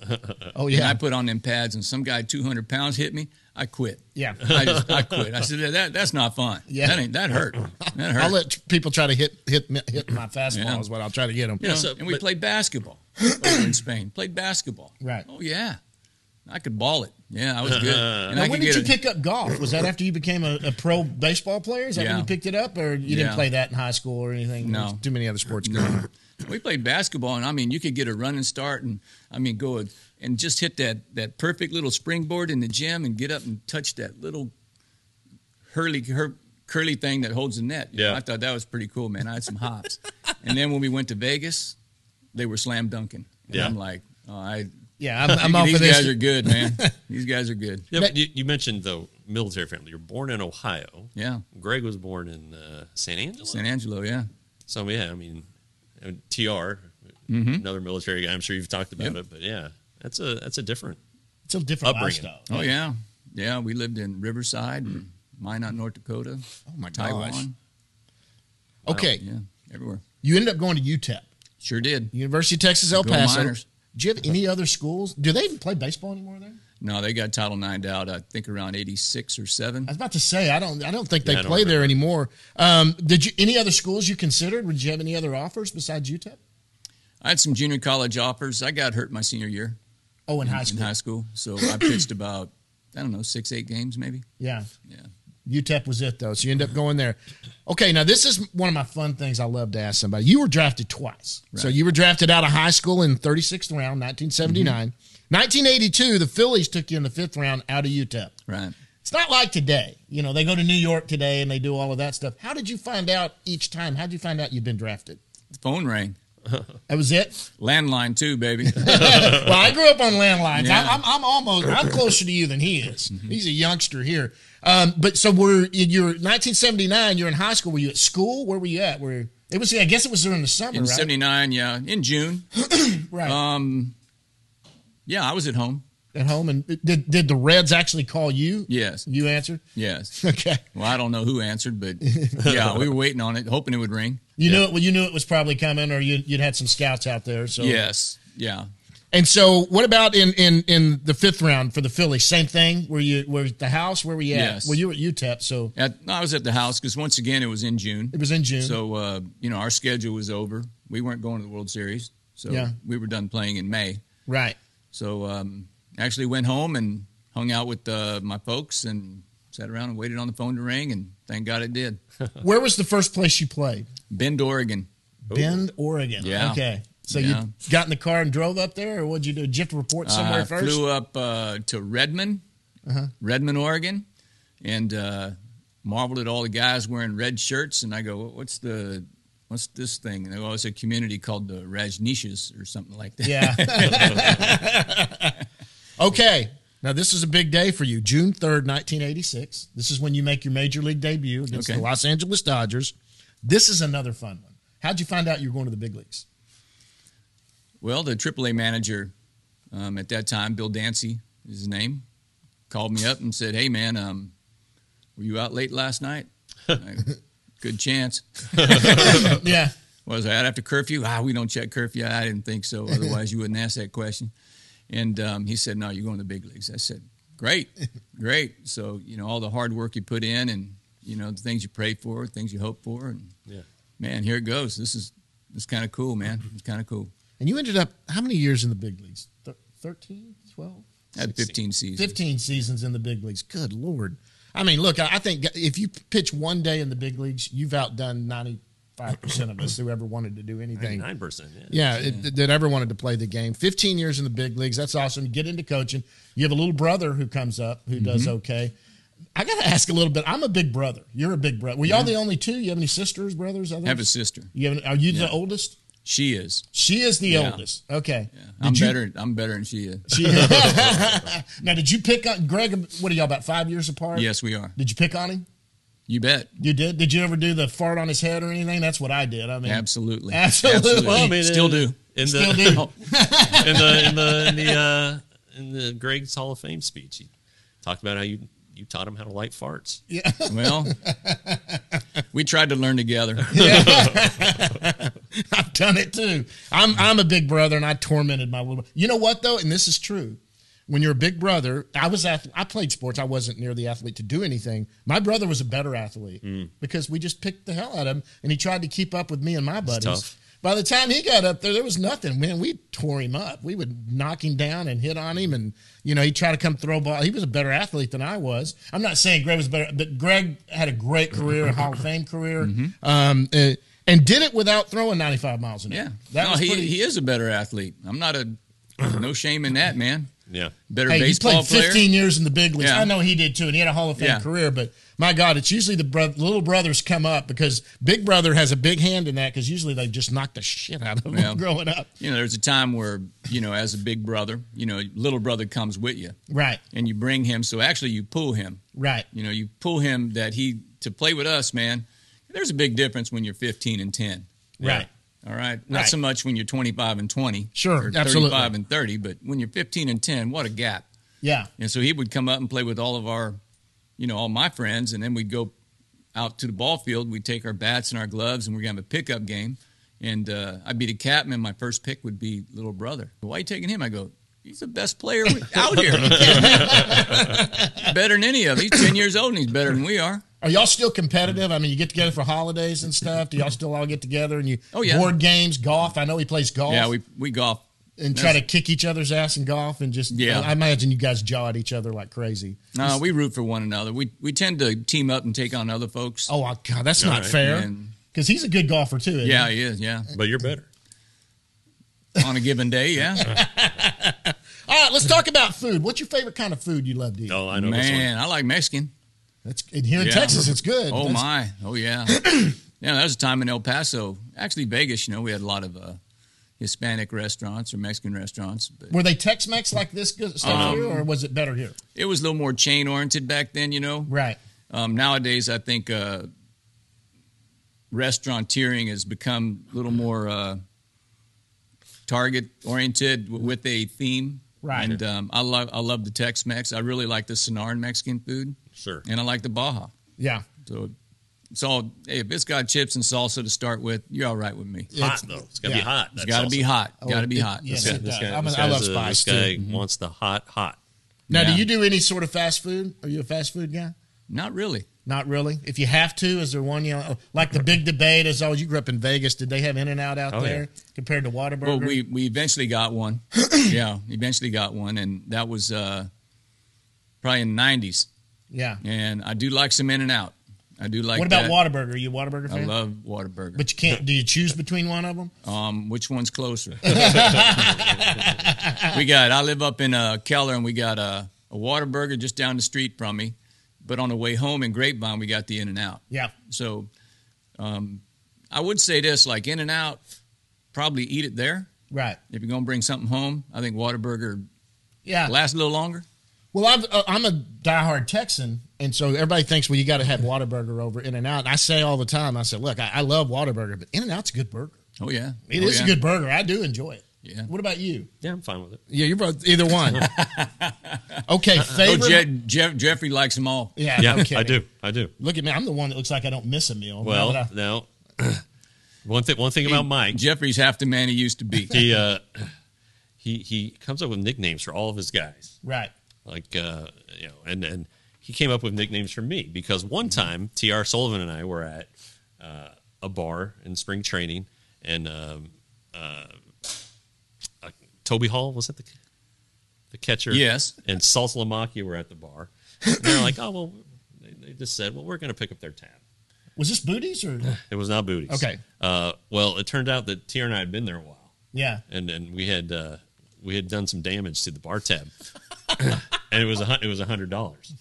Oh,
And
yeah.
I put on them pads and some guy 200 pounds hit me. I quit.
Yeah.
I just, I quit. I said, that, that's not fun.
Yeah.
That ain't, that hurt. That hurt.
I'll let people try to hit hit me- hit my fastball
Yeah.
is what I'll try to get them.
You know,
so-
and we
but-
played basketball over in Spain. Played basketball.
Right.
Oh yeah, I could ball it. Yeah, I was good. And I
Now,
could
when did
get
you
a-
pick up golf? Was that after you became a, a pro baseball player? Is that when
Yeah.
you picked it up, or you didn't
Yeah.
play that in high school or anything?
No.
There's too many other sports. going on.
No. we played basketball, and I mean, you could get a running start, and I mean, go and- and just hit that that perfect little springboard in the gym, and get up and touch that little hurly hur, curly thing that holds the net. You know,
Yeah.
I thought that was pretty cool, man. I had some hops, and then when we went to Vegas, they were slam dunking, and
Yeah.
I'm like, oh, I.
Yeah, I'm,
(laughs)
I'm off
these
of this.
guys are good, man.
(laughs)
these guys are good.
Yeah, but you, you mentioned though military family. You're born in Ohio.
Yeah,
Greg was born in uh, San Angelo.
San Angelo. Yeah,
So yeah, I mean, uh, TR, another military guy. I'm sure you've talked about
Yep.
it, but yeah, that's a that's a different.
it's a different
upbringing.
lifestyle.
Oh yeah, yeah. We lived in Riverside, and Minot, North Dakota.
Oh my gosh.
Taiwan.
Okay,
Yeah, everywhere.
you ended up going to UTEP,
Sure did.
University of Texas El
Go
Paso.
Miners.
Do you have any other schools? Do they even play baseball anymore there?
No, they got Title IX out. I think around '86 or '7.
I was about to say I don't. I don't think they
Yeah, I don't
play there anymore. Um, did you any other schools you considered? Would you have any other offers besides UTEP?
I had some junior college offers. I got hurt my senior year
Oh, in high
in
school.
high school, so
(coughs)
I pitched about I don't know six, eight games maybe.
Yeah.
Yeah.
UTEP was it though, so you end up going there. Okay, now this is one of my fun things I love to ask somebody. You were drafted twice, so
Right.
you were drafted out of high school in 36th round, 1979, 1982. The Phillies took you in the fifth round out of UTEP.
Right.
It's not like today. You know, they go to New York today and they do all of that stuff. How did you find out each time? How did you find out you'd been drafted?
The phone rang.
That was it.
Landline
(laughs)
too, baby.
well, I grew up on landlines.
Yeah. Mm-hmm.
I, I'm, I'm almost I'm closer to you than he is. He's a youngster here. Um, but so we're you're 1979. You're in high school. Were you at school? Where were you at? Where it was? I guess it was during the summer,
in
right?
'79, yeah, in June.
right
Um, yeah, I was at home.
at home. And did did the Reds actually call you?
Yes.
You answered. (laughs)
Yes.
Okay.
Well, I don't know who
(laughs)
answered, but yeah, we were waiting on it, hoping it would ring.
You knew it. Well, you knew it was probably coming, or you, you'd had some scouts out there. So
Yes. Yeah.
And so, what about in in in the fifth round for the Phillies? Same thing. Were you were you at the house? Where were you at?
Yes.
Well, you were at UTEP, so
At, no, I was at the house because once again it was in June.
it was in June.
So uh, you know our schedule was over. We weren't going to the World Series, so
Yeah.
we were done playing in May.
right.
So um, actually went home and hung out with uh, my folks and sat around and waited on the phone to ring, and thank God
(laughs)
it did.
Where was the first place you played?
Bend, Oregon.
Bend, Oregon.
Yeah.
Okay. So
Yeah.
you got in the car and drove up there, or what'd you do? Did you have to report somewhere
I
first? Uh-huh.
flew up uh, to Redmond, Redmond, Oregon, and uh, marveled at all the guys wearing red shirts. And I go, "What's the What's this thing? And they go, "Oh, it's a community called the Rajneeshas or something like that.
Yeah. (laughs) okay. Now this is a big day for you. June third, nineteen eighty six. This is when you make your major league debut against
Okay.
the Los Angeles Dodgers. This is another fun one. How'd you find out you were going to the big leagues?
Well, the AAA manager um, at that time, Bill Dancy, is his name, called me up and said, "Hey, man, um, were you out late last night? I- Good chance. Uh,
yeah.
Was I out after curfew? Ah, we don't check curfew. I didn't think so. Otherwise, you wouldn't ask that question." And um, he said, "No, you're going to the big leagues." I said, "Great, great." So you know all the hard work you put in, and you know the things you pray for, things you hope for, and
Yeah.
man, here it goes. This is this is kind of cool, man. It's kind of cool.
And you ended up how many years in the big leagues? Thir- 13, 12?
Had 15 seasons.
15 seasons in the big leagues. Good Lord. I mean, look, I I think if you pitch one day in the big leagues, you've outdone 95% of us who ever wanted to do anything.
Nine percent. Yeah.
Yeah, it, that ever wanted to play the game. 15 years in the big leagues. That's awesome. You get into coaching. You have a little brother who comes up who
Mm-hmm.
does okay. I got to ask a little bit. I'm a big brother. You're a big brother. Were y'all the only two? You have any sisters, brothers? Others?
I have a sister.
You have, are you the oldest?
She is.
She is the
Yeah.
oldest. Okay.
I'm
Did you-
better. I'm better than she is.
She (laughs) now, did you pick on Greg? What are y'all about five years apart?
Yes, we are.
Did you pick on him?
You bet.
You did. Did you ever do the fart on his head or anything? That's what I did. I mean,
Absolutely.
Absolutely. Well, I mean,
Still
uh, in-
do.
(laughs)
In the, (laughs)
Still do.
in the in the in the uh, in the Greg's Hall of Fame speech, he talked about how you you taught him how to light farts.
Well, we tried to learn together.
(laughs) I've done it too. I'm I'm a big brother, and I tormented my little. You know what though, and this is true. When you're a big brother, I was ath- I played sports. I wasn't near the athlete to do anything. My brother
Mm.
was a better athlete because we just picked the hell out of him, and he tried to keep up with me and my buddies.
tough.
By the time he got up there, there was nothing. Man, we tore him up. We would knock him down and hit on him, and you know he tried to come throw ball. He was a better athlete than I was. I'm not saying Greg was better, but Greg had a great career, a Hall of Fame career,
Mm-hmm.
um, and, and did it without throwing 95 miles an hour.
Yeah.
that
no,
was
he,
pretty.
he is a better athlete. I'm not a no shame in that, man.
Yeah.
Better
Hey, he
baseball
played 15
player.
years in the big leagues.
Yeah.
I know he did too, and he had a Hall of Fame
Yeah.
career. But my God, it's usually the bro- little brothers come up because big brother has a big hand in that because usually they just knocked the shit out of him
Yeah.
(laughs) growing up.
You know, there's a time where, you know, as a big brother, you know, little brother comes with you
Right,
and you bring him. So actually you pull him.
right.
You know, you pull him that he to play with us, man. There's a big difference when you're 15 and 10.
Right.
All right. Not
Right.
so much when you're 25 and 20.
Sure,
Or
absolutely.
35 and 30, but when you're 15 and 10, what a gap.
Yeah.
And so he would come up and play with all of our, you know, all my friends. And then we'd go out to the ball field. We'd take our bats and our gloves and we're going to have a pickup game. And uh, I'd be the captain. My first pick would be little brother. Why are you taking him? I go, he's the best
(laughs)
player we- out here. better than any of them. He's 10 years old and he's better than we are.
Are y'all still competitive? I mean, you get together for holidays and stuff. Do y'all still all get together and you
Oh, yeah.
board games, golf? I know he plays golf.
Yeah, we, we golf.
and try to kick each other's ass in golf and just.
Yeah.
I imagine you guys jaw at each other like crazy.
No, we root for one another. We, we tend to team up and take on other folks.
Oh I- God, that's not
right,
fair.
man.
Because he's a good golfer too. Isn't
Yeah,
He?
he is. Yeah.
But you're better.
On a given day, yeah.
All right, let's talk about food. What's your favorite kind of food you love to eat?
Oh, I know this one.
Man, I like Mexican.
That's and here in
Yeah.
Texas, it's good.
Oh
That's-
my! Oh yeah. yeah, that was a time in El Paso, actually Vegas. You know, we had a lot of uh, Hispanic restaurants or Mexican restaurants, but
Were they Tex-Mex like this good stuff
Um,
here, or was it better here?
it was a little more chain oriented back then. You know,
Right.
um, nowadays I think uh, restauranteering has become a little more uh, target oriented with a theme.
Right.
And um, I love I love the Tex Mex. I really like the Sonoran Mexican food,
Sure.
and I like the Baja.
Yeah.
So it's all hey, if it's got chips and salsa to start with, you're all right with me.
hot though. It's gotta
yeah. Oh,
be hot.
It's got to be hot. got to be
it-
hot.
yeah.
This guy,
Yes, it
this
does.
guy,
I'm a-
this
I love
guy's a-
spice,
This guy
too.
wants the hot, hot.
Now,
Yeah.
do you do any sort of fast food? Are you a fast food guy?
Not really.
Not really. If you have to, is there one you know, like the big debate is always you grew up in Vegas. Did they have In and Out out
Oh,
there compared to Whataburger?
Well, we we eventually got
(clears throat)
one. yeah, eventually got one, and that was uh, probably in the '90s.
yeah.
And I do like some In and Out. I do like.
what about
that.
Whataburger? Are you a Whataburger
I
fan?
love Whataburger.
but you can't. Do you choose between one of them?
Um, which
(laughs)
one's closer? we got. I live up in uh, Keller, and we got a, a Whataburger just down the street from me. But on the way home in Grapevine, we got the In and Out.
Yeah.
So um, I would say this like In and Out, probably eat it there.
Right.
If you're going to bring something home, I think Whataburger
Yeah.
lasts a little longer.
Well, I've, uh, I'm a diehard Texan, and so everybody thinks, well, you got to have Whataburger over In and Out. And I say all the time, I say, look, I, I love Whataburger, but In and Out's a good burger.
Oh, yeah.
It is
oh,
a
yeah.
good burger. I do enjoy it.
Yeah.
What about you?
Yeah, I'm fine with it.
Yeah, you're both either
(laughs)
one. okay,
Oh,
favorite.
Je- Jeff- Jeffrey likes them all.
yeah,
Yeah,
no kidding.
I do. I do.
Look at me. I'm the one that looks like I don't miss a meal. Now
Well,
that I-
now (clears throat) one thing one thing about Mike,
Jeffrey's half the man he used
(laughs)
to be.
he uh (clears throat) he he comes up with nicknames for all of his guys.
right.
Like uh you know, and and he came up with nicknames for me because one time T.R. Sullivan and I were at uh, a bar in spring training and um uh, uh Toby Hall was that the the catcher?
Yes.
And Salt Lamaki were at the bar. And they're like, "Oh, well they, they just said, "Well, we're going to pick up their tab."
Was this booties or?
It was not booties.
Okay.
Uh, well, it turned out that Tier and I had been there a while,
Yeah.
and and we had uh, we had done some damage to the bar tab, (laughs) and it was a hun- it was a hundred dollars.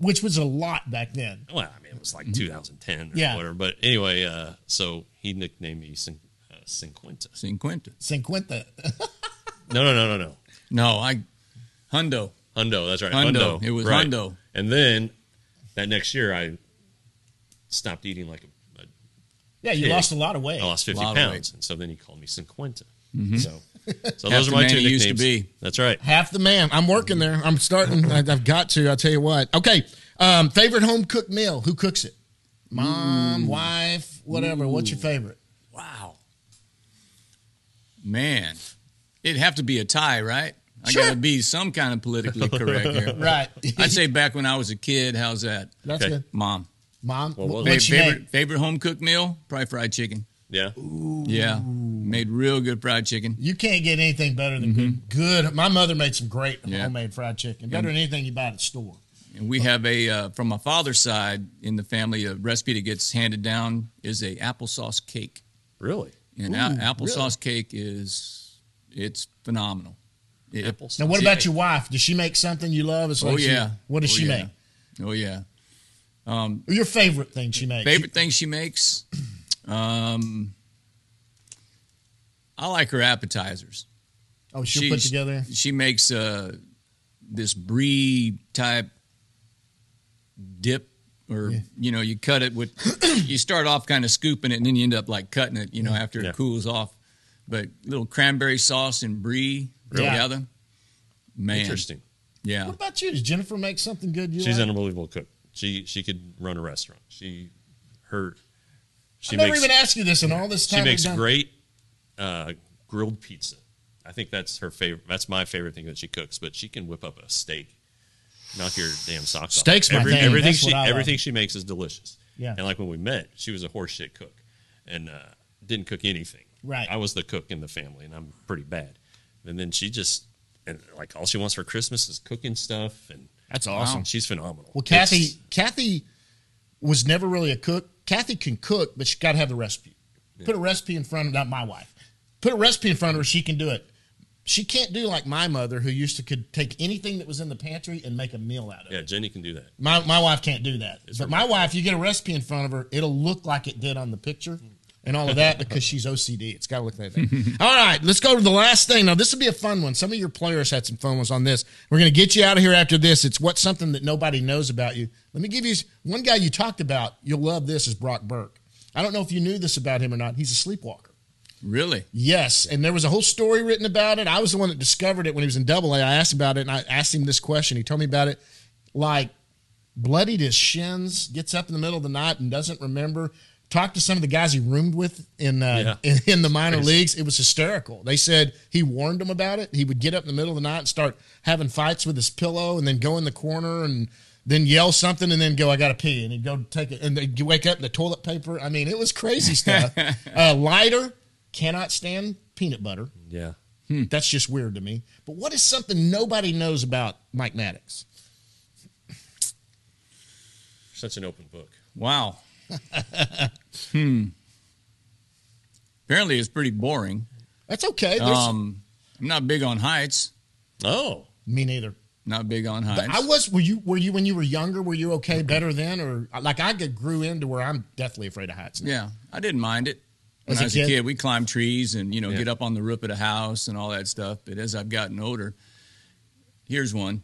Which was a lot back then.
Well, I mean, it was like 2010 or
Yeah.
whatever. But anyway, uh, so he nicknamed me Cin- uh, Cinquenta.
Cinquenta.
Cinquenta. (laughs)
No, no, no, no, no.
No, I. Hundo.
Hundo. That's right.
Hundo.
Hundo.
It was
right.
Hundo.
And then that next year, I stopped eating like a, a
Yeah, you
Kid.
lost a lot of weight.
I lost 50
Lot of
pounds.
weight. Mm-hmm.
And so then he called me Cinquenta.
(laughs)
So, so
Half
those are
the
my
man
two
he used
nicknames.
to be.
That's right.
Half the man. I'm working there. I'm starting. I, I've got to. I'll tell you what. Okay. Um, favorite home cooked meal. Who cooks it? Mom, wife, whatever. What's your favorite?
Wow. Man, it'd have to be a tie, right? I
Sure.
got to be some kind of politically correct here.
(laughs) Right.
Mm. I'd say back when I was a kid, how's that?
That's
Okay.
good.
Mom.
Mom,
What was
what's
Fa-
your
favorite
name?
favorite home cooked meal? Probably fried chicken.
Yeah.
Yeah. made real good fried chicken.
You can't get anything better than good. Good. My mother made some great
Yeah.
homemade fried chicken, better than anything you buy at the store.
And we have a uh, from my father's side in the family a recipe that gets handed down is a applesauce cake.
Really?
And a- applesauce cake is it's phenomenal. It-
Apples.
Now, what
Yeah.
about your wife? Does she make something you love? It's
Oh
like she-
yeah.
what does
Oh,
she
yeah.
make?
Oh yeah.
Your favorite thing she makes?
Favorite thing she
(clears throat)
makes? Um, I like her appetizers.
Oh, she'll
She-
put together.
She makes uh, this brie type dip, or you know, you cut it with. you start off kind of scooping it, and then you end up like cutting it. You know, after
Yeah.
it cools off. But little cranberry sauce and brie
Really?
together. Man,
Interesting.
Yeah,
What about you? Does Jennifer make something good? You
She's
like?
an unbelievable cook. She she could run a restaurant. She her she
I never
makes
even asked you this in all this time.
she
we've
makes
done-
great uh, grilled pizza. I think that's her favorite. That's my favorite thing that she cooks. But she can whip up a steak, knock your damn socks off.
Steak's my thing.
Everything
That's
she
what I love.
everything she makes is delicious.
Yeah.
And like when we met, she was a horseshit cook, and uh, didn't cook anything.
Right.
I was the cook in the family, and I'm pretty bad. And then she just and like all she wants for Christmas is cooking stuff, and
That's
Wow, she's phenomenal.
Well, Kathy,
It's-
Kathy was never really a cook. Kathy can cook, but she got to have the recipe. Put a recipe in front of not my wife. Put a recipe in front of her. She can do it. She can't do like my mother, who used to could take anything that was in the pantry and make a meal out of it.
yeah, Jenny can do that.
My, my wife can't do that. But my wife, you get a recipe in front of her, it'll look like it did on the picture and all of that because she's OCD. It's got to look like that. all right, let's go to the last thing. Now, this will be a fun one. Some of your players had some fun ones on this. We're going to get you out of here after this. It's what's something that nobody knows about you. Let me give you s- one guy you talked about. You'll love this is Brock Burke. I don't know if you knew this about him or not. He's a sleepwalker.
really.
Yes, and there was a whole story written about it. I was the one that discovered it when he was in Double A. I asked about it, and I asked him this question. He told me about it, like bloodied his shins, gets up in the middle of the night and doesn't remember. Talked to some of the guys he roomed with in uh,
Yeah.
(laughs) in, in the minor leagues. It was hysterical. They said he warned them about it. He would get up in the middle of the night and start having fights with his pillow, and then go in the corner and then yell something, and then go, "I got to pee," and he'd go take it, and they'd wake up in the toilet paper. I mean, it was crazy stuff. uh, lighter cannot stand peanut butter.
Yeah.
That's just weird to me. But what is something nobody knows about Mike Maddox?
Such an open book.
Wow.
(laughs)
hmm. Apparently, it's pretty boring.
That's okay. There's,
Um, I'm not big on heights.
Oh,
me neither.
Not big on heights.
I was. Were you? Were you when you were younger? Were you okay? Better then, or like I get- grew into where I'm deathly afraid of heights. Now.
yeah, I didn't mind it. When
As
I
a
was a
kid?
kid? we climbed trees and you know
Yeah.
get up on the roof of the house and all that stuff. But as I've gotten older, here's one: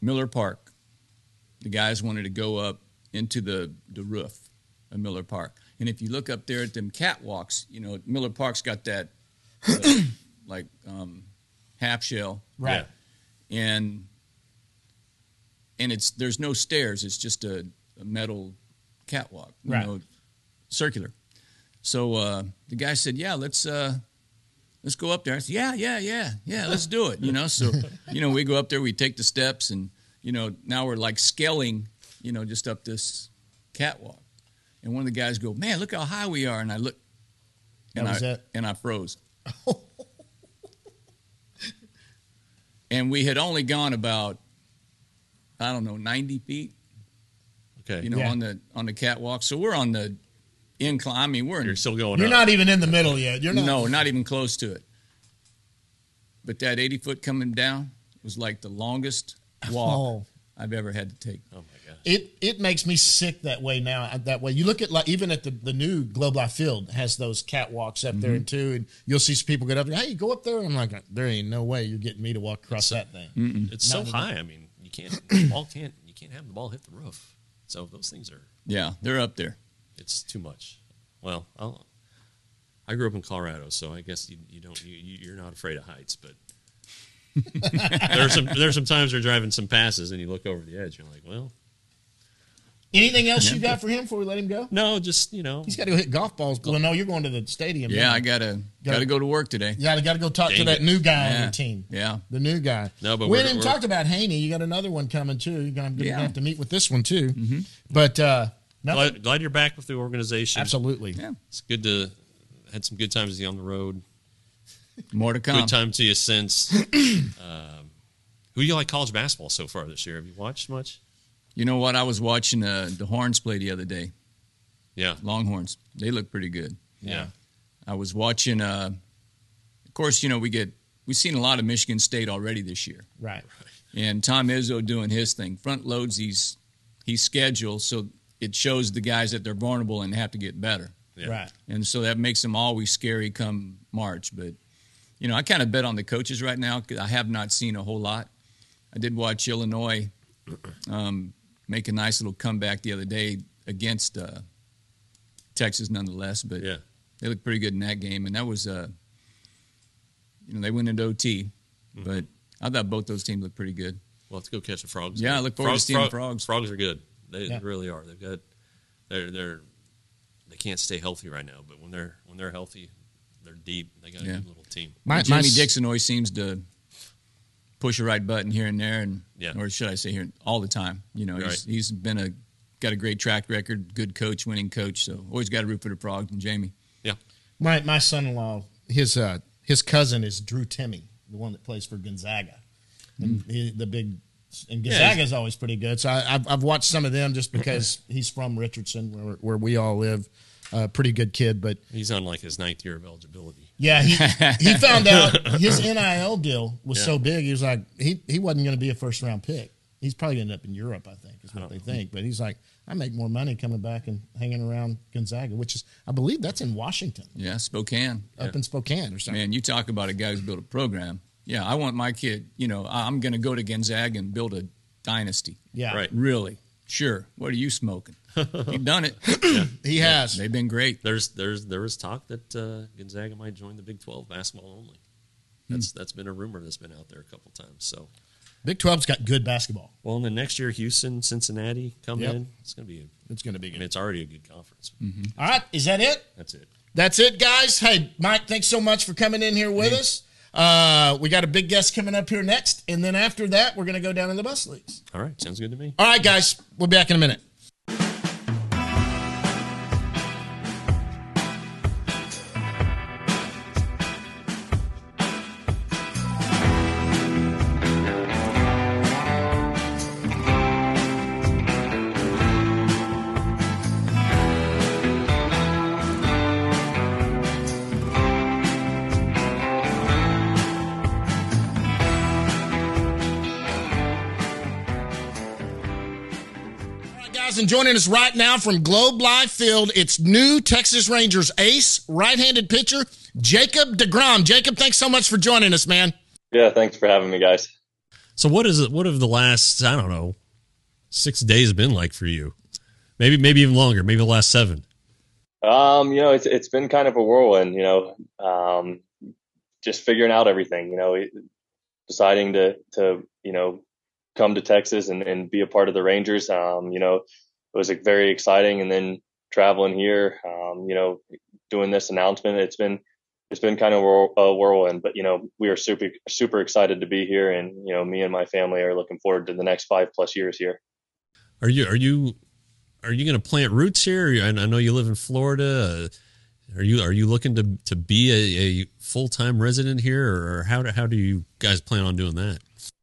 Miller Park. The guys wanted to go up into the the roof of Miller Park, and if you look up there at them catwalks, you know Miller Park's got that uh, (coughs) like um, half shell.
Right.
and and it's there's no stairs. It's just a, a metal catwalk, you
Right.
know, circular. So uh, the guy said, "Yeah, let's uh, let's go up there." I said, "Yeah, yeah, yeah, yeah, let's do it." You know, so you know we go up there, we take the steps, and you know now we're like scaling, you know, just up this catwalk. And one of the guys go, "Man, look how high we are!" And I look, and
That was
I
it?
and
(laughs)
I froze. and we had only gone about I don't know ninety feet,
okay.
you know,
Yeah.
on the on the catwalk. So we're on the incline. I mean, we're in
You're still going
You're
up.
not even in the middle yet. You're not.
no, not even close to it. But that 80 foot coming down was like the longest walk
Oh.
I've ever had to take.
oh my gosh.
it it makes me sick that way now. uh, That way, you look at like even at the, the new Globe Life Field has those catwalks up
Mm-hmm.
there too, and you'll see some people get up. Hey, go up there! And I'm like, there ain't no way you're getting me to walk across that thing.
It's so high. I mean, you
(clears throat)
can't the ball can't you can't have the ball hit the roof. So those things are
Yeah, they're up there.
it's too much. Well, I'll, I grew up in Colorado, so I guess you, you don't you, you- you're not afraid of heights,
(laughs)
but there's some there's some times you're driving some passes and you look over the edge. You're like, well,
Anything else you got for him before we let him go?
no, just you know,
He's got to go hit golf balls. Well, no, you're going to the stadium.
Yeah,
now.
I gotta
Got-
gotta go to work today.
Yeah, got to go talk to
Dang
that
it.
new guy on
Yeah.
your team.
Yeah.
The new guy.
No, but
we
we're-
didn't
we're-
talk about Haney. You got another one coming too. You're going to
Yeah. Mm-hmm.
have to meet with this one too. But uh, nothing.
glad, glad you're back with the organization.
Absolutely.
Yeah.
it's good to had some good times with you on the road.
More to come.
Good time to you since. (clears throat) um, who do you like college basketball so far this year? Have you watched much?
You know what? I was watching uh, the Horns play the other day.
Yeah.
Longhorns. They look pretty good.
Yeah.
I was watching. Uh, of course, you know we get we've seen a lot of Michigan State already this year,
Right.
and Tom Izzo doing his thing. Front loads these he's scheduled so it shows the guys that they're vulnerable and have to get better,
Yeah.
Right.
and so that makes them always scary come March. But you know I kind of bet on the coaches right now 'cause I have not seen a whole lot. I did watch Illinois um, make a nice little comeback the other day against uh, Texas, nonetheless. But
Yeah.
they looked pretty good in that game, and that was uh, you know, they went into OT, but I thought both those teams looked pretty good.
Well, let's go catch the frogs.
Yeah, I look forward to seeing the frogs.
Frogs are good. They
Yeah.
really are. They've got they're they're they can't stay healthy right now, but when they're when they're healthy, they're deep. They got a
Yeah.
good little team.
My,
Jimmy
s-
Dixon always seems to push the right button here and there, and
Yeah.
or should I say here all the time? You know, he's,
Right.
he's been a got a great track record, good coach, winning coach. So always got to root for the frogs and Jamie.
Yeah.
My my son-in-law, his uh, his cousin is Drew Timmy, the one that plays for Gonzaga, and
Mm-hmm.
he, the big. And
he's-
Gonzaga's always pretty good, so I, I've, I've watched some of them just
(clears throat)
because he's from Richardson, where, where we all live. Uh, pretty good kid, but
He's on like his ninth year of eligibility.
yeah, he, he found out his NIL deal was so big. He was like, he he wasn't going to be a first round pick. He's probably going to end up in Europe, I think, is what they think. But he's like, I make more money coming back and hanging around Gonzaga, which is, I believe, that's in Washington,
Yeah, Spokane.
up in Spokane or something.
Uh, Man, you talk about a guy who's built a program. Yeah, I want my kid. You know, I- I'm going to go to Gonzaga and build a dynasty.
Yeah,
Right.
Really? Sure. What are you smoking? You've done it.
He has.
They've been great.
There's there's there was talk that uh, Gonzaga might join the Big Twelve basketball only. That's
Hmm.
that's been a rumor that's been out there a couple times. So
Big 12's got good basketball.
well, and then next year Houston, Cincinnati come
Yep.
in. It's gonna be. A,
It's going to be
I mean,
good.
it's already a good conference.
All right, is that it?
That's it.
That's it, guys. Hey, Mike, thanks so much for coming in here with us. Uh, we got a big guest coming up here next, and then after that, we're going to go down in the bus leagues.
All right, sounds good to me.
All right, guys, we'll be back in a minute. All right, guys, and joining us right now from Globe Life Field, it's new Texas Rangers ace, right-handed pitcher Jacob Degrom. Jacob, thanks so much for joining us, man.
Yeah, thanks for having me, guys.
So what is it? What have the last I don't know six days been like for you? Maybe maybe even longer. Maybe the last seven.
Um, you know, it's it's been kind of a whirlwind. You know, um, just figuring out everything. You know, it- deciding to to you know come to Texas and and be a part of the Rangers. Um, you know, it was like, very exciting, and then traveling here. Um, you know, doing this announcement. It's been it's been kind of whirl- a whirlwind, but you know, we are super super excited to be here, and you know, me and my family are looking forward to the next five plus years here.
Are you are you are you going to plant roots here? Are you- and I know you live in Florida. Uh, Are you are you looking to to be a, a full time resident here, or how do, how do you guys plan on doing that?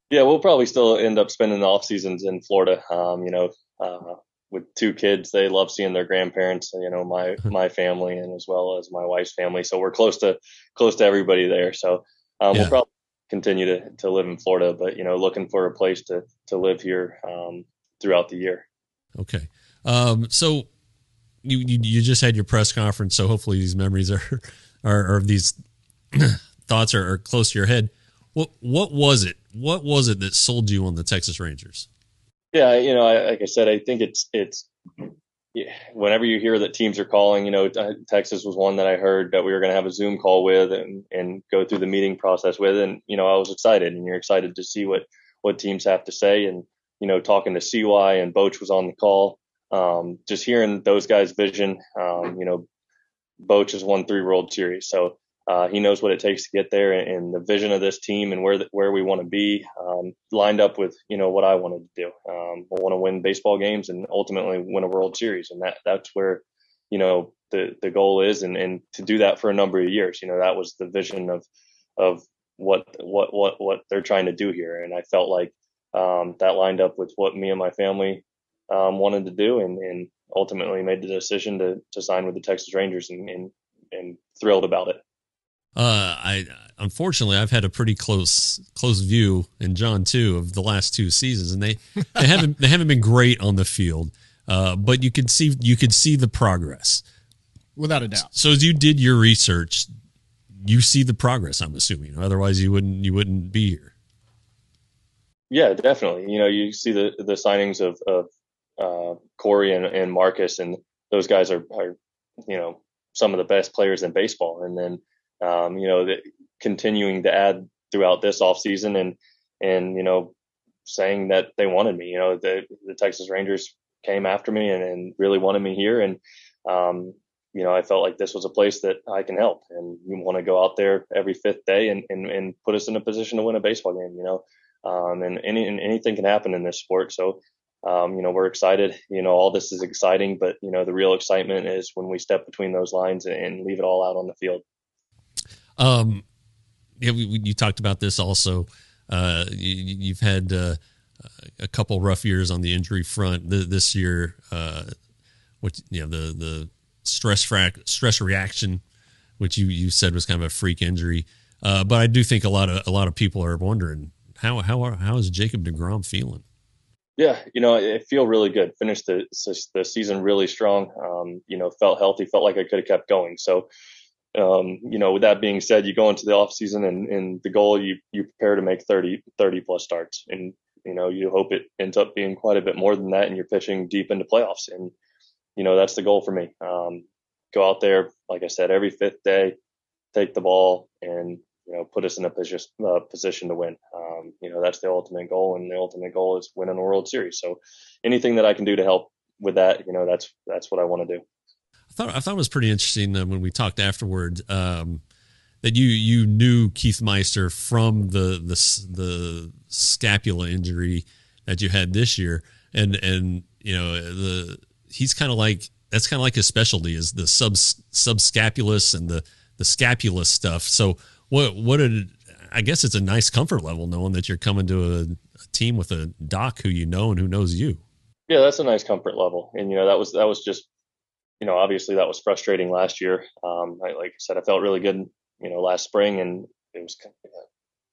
Yeah, we'll probably still end up spending the off seasons in Florida. Um, you know, uh, with two kids, they love seeing their grandparents. You know, my my family and as well as my wife's family. So we're close to close to everybody there. So um,
Yeah.
we'll probably continue to to live in Florida, but you know, looking for a place to to live here um, throughout the year.
Okay, um, so you, you you just had your press conference, so hopefully these memories are (laughs) are, are these (clears throat) thoughts are, are close to your head. What what was it? What was it that sold you on the Texas Rangers?
Yeah, you know, I, like I said, I think it's it's yeah, whenever you hear that teams are calling, you know, t- Texas was one that I heard that we were going to have a Zoom call with and and go through the meeting process with, and you know, I was excited, and you're excited to see what what teams have to say, and you know, talking to CY and Boch was on the call, um, just hearing those guys' vision, um, you know, Boch has won three World Series, so. Uh, he knows what it takes to get there, and, and the vision of this team, and where the, where we want to be, um, lined up with you know what I wanted to do. Um, I want to win baseball games, and ultimately win a World Series, and that that's where you know the, the goal is and, and to do that for a number of years. You know, that was the vision of of what what what what they're trying to do here. And I felt like um, that lined up with what me and my family um, wanted to do and, and ultimately made the decision to, to sign with the Texas Rangers and, and, and thrilled about it.
Uh, I unfortunately I've had a pretty close close view, and John too, of the last two seasons, and they they haven't they haven't been great on the field, uh, but you could see you could see the progress.
without a doubt.
So as you did your research, you see the progress. I'm assuming, otherwise you wouldn't you wouldn't be here.
Yeah, definitely. You know, you see the the signings of of uh, Corey and, and Marcus, and those guys are are you know some of the best players in baseball. And then um, you know, the, continuing to add throughout this offseason and and you know saying that they wanted me. You know, the the Texas Rangers came after me and, and really wanted me here, and um, you know, I felt like this was a place that I can help, and you want to go out there every fifth day and, and and put us in a position to win a baseball game. You know um, and any and anything can happen in this sport. So, um, you know, we're excited. You know, all this is exciting, but you know, the real excitement is when we step between those lines and, and leave it all out on the field.
Um, yeah, we, we, you talked about this also. Uh, you, you've had uh, a couple rough years on the injury front Th- this year. Uh, which you know the the stress frac- stress reaction, which you, you said was kind of a freak injury. Uh, but I do think a lot of a lot of people are wondering how how are, how is Jacob Degrom feeling?
Yeah, you know, I I feel really good. Finished the s- the season really strong. Um, you know, felt healthy. Felt like I could have kept going. So, um, you know, with that being said, you go into the off season and, and the goal you you prepare to make 30, 30 plus starts, and you know you hope it ends up being quite a bit more than that, and you're pitching deep into playoffs, and you know that's the goal for me. Um, go out there, like I said, every fifth day, take the ball, and you know put us in a position uh, position to win. Um, you know that's the ultimate goal, and the ultimate goal is winning a World Series. So anything that I can do to help with that, you know, that's that's what I want to do.
I thought I thought it was pretty interesting uh, when we talked afterward um, that you you knew Keith Meister from the the s- the scapula injury that you had this year, and and you know the he's kind of like that's kind of like his specialty is the sub subscapulus and the the scapulus stuff. So what what did I guess it's a nice comfort level knowing that you're coming to a, a team with a doc who you know and who knows you.
Yeah, that's a nice comfort level, and you know that was that was just you know obviously that was frustrating last year. Um, I, like I said, I felt really good you know last spring, and it was kind of uh,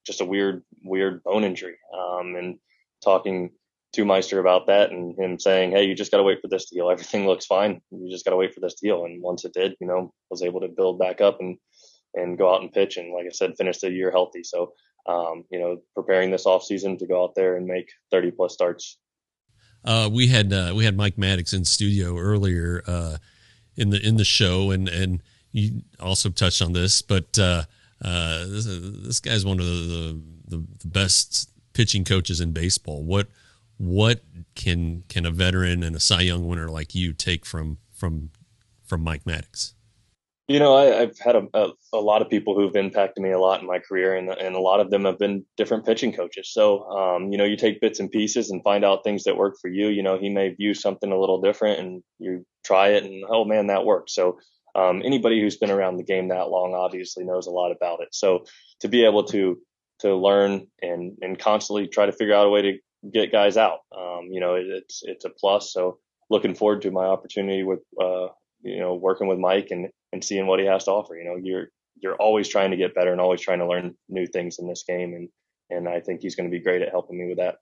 just a weird weird bone injury. Um, and talking to Meister about that, and him saying, "Hey, you just got to wait for this to heal. Everything looks fine. You just got to wait for this to heal." And once it did, you know, was able to build back up and and go out and pitch, and like I said, finish the year healthy. So. Um, you know, preparing this off season to go out there and make 30 plus starts
Uh, we had uh, we had Mike Maddox in studio earlier uh, in the in the show, and and you also touched on this, but uh, uh, this, this guy's one of the, the the best pitching coaches in baseball. What what can can a veteran and a Cy Young winner like you take from from from Mike Maddox?
You know, I, I've had a, a, a lot of people who've impacted me a lot in my career, and and a lot of them have been different pitching coaches. So, um, you know, you take bits and pieces and find out things that work for you. You know, he may view something a little different, and you try it, and oh man, that worked. So, um, anybody who's been around the game that long obviously knows a lot about it. So, to be able to to learn and and constantly try to figure out a way to get guys out, um, you know, it, it's it's a plus. So, looking forward to my opportunity with. Uh, you know working with Mike and and seeing what he has to offer. You know, you're you're always trying to get better and always trying to learn new things in this game, and and I think he's going to be great at helping me with that.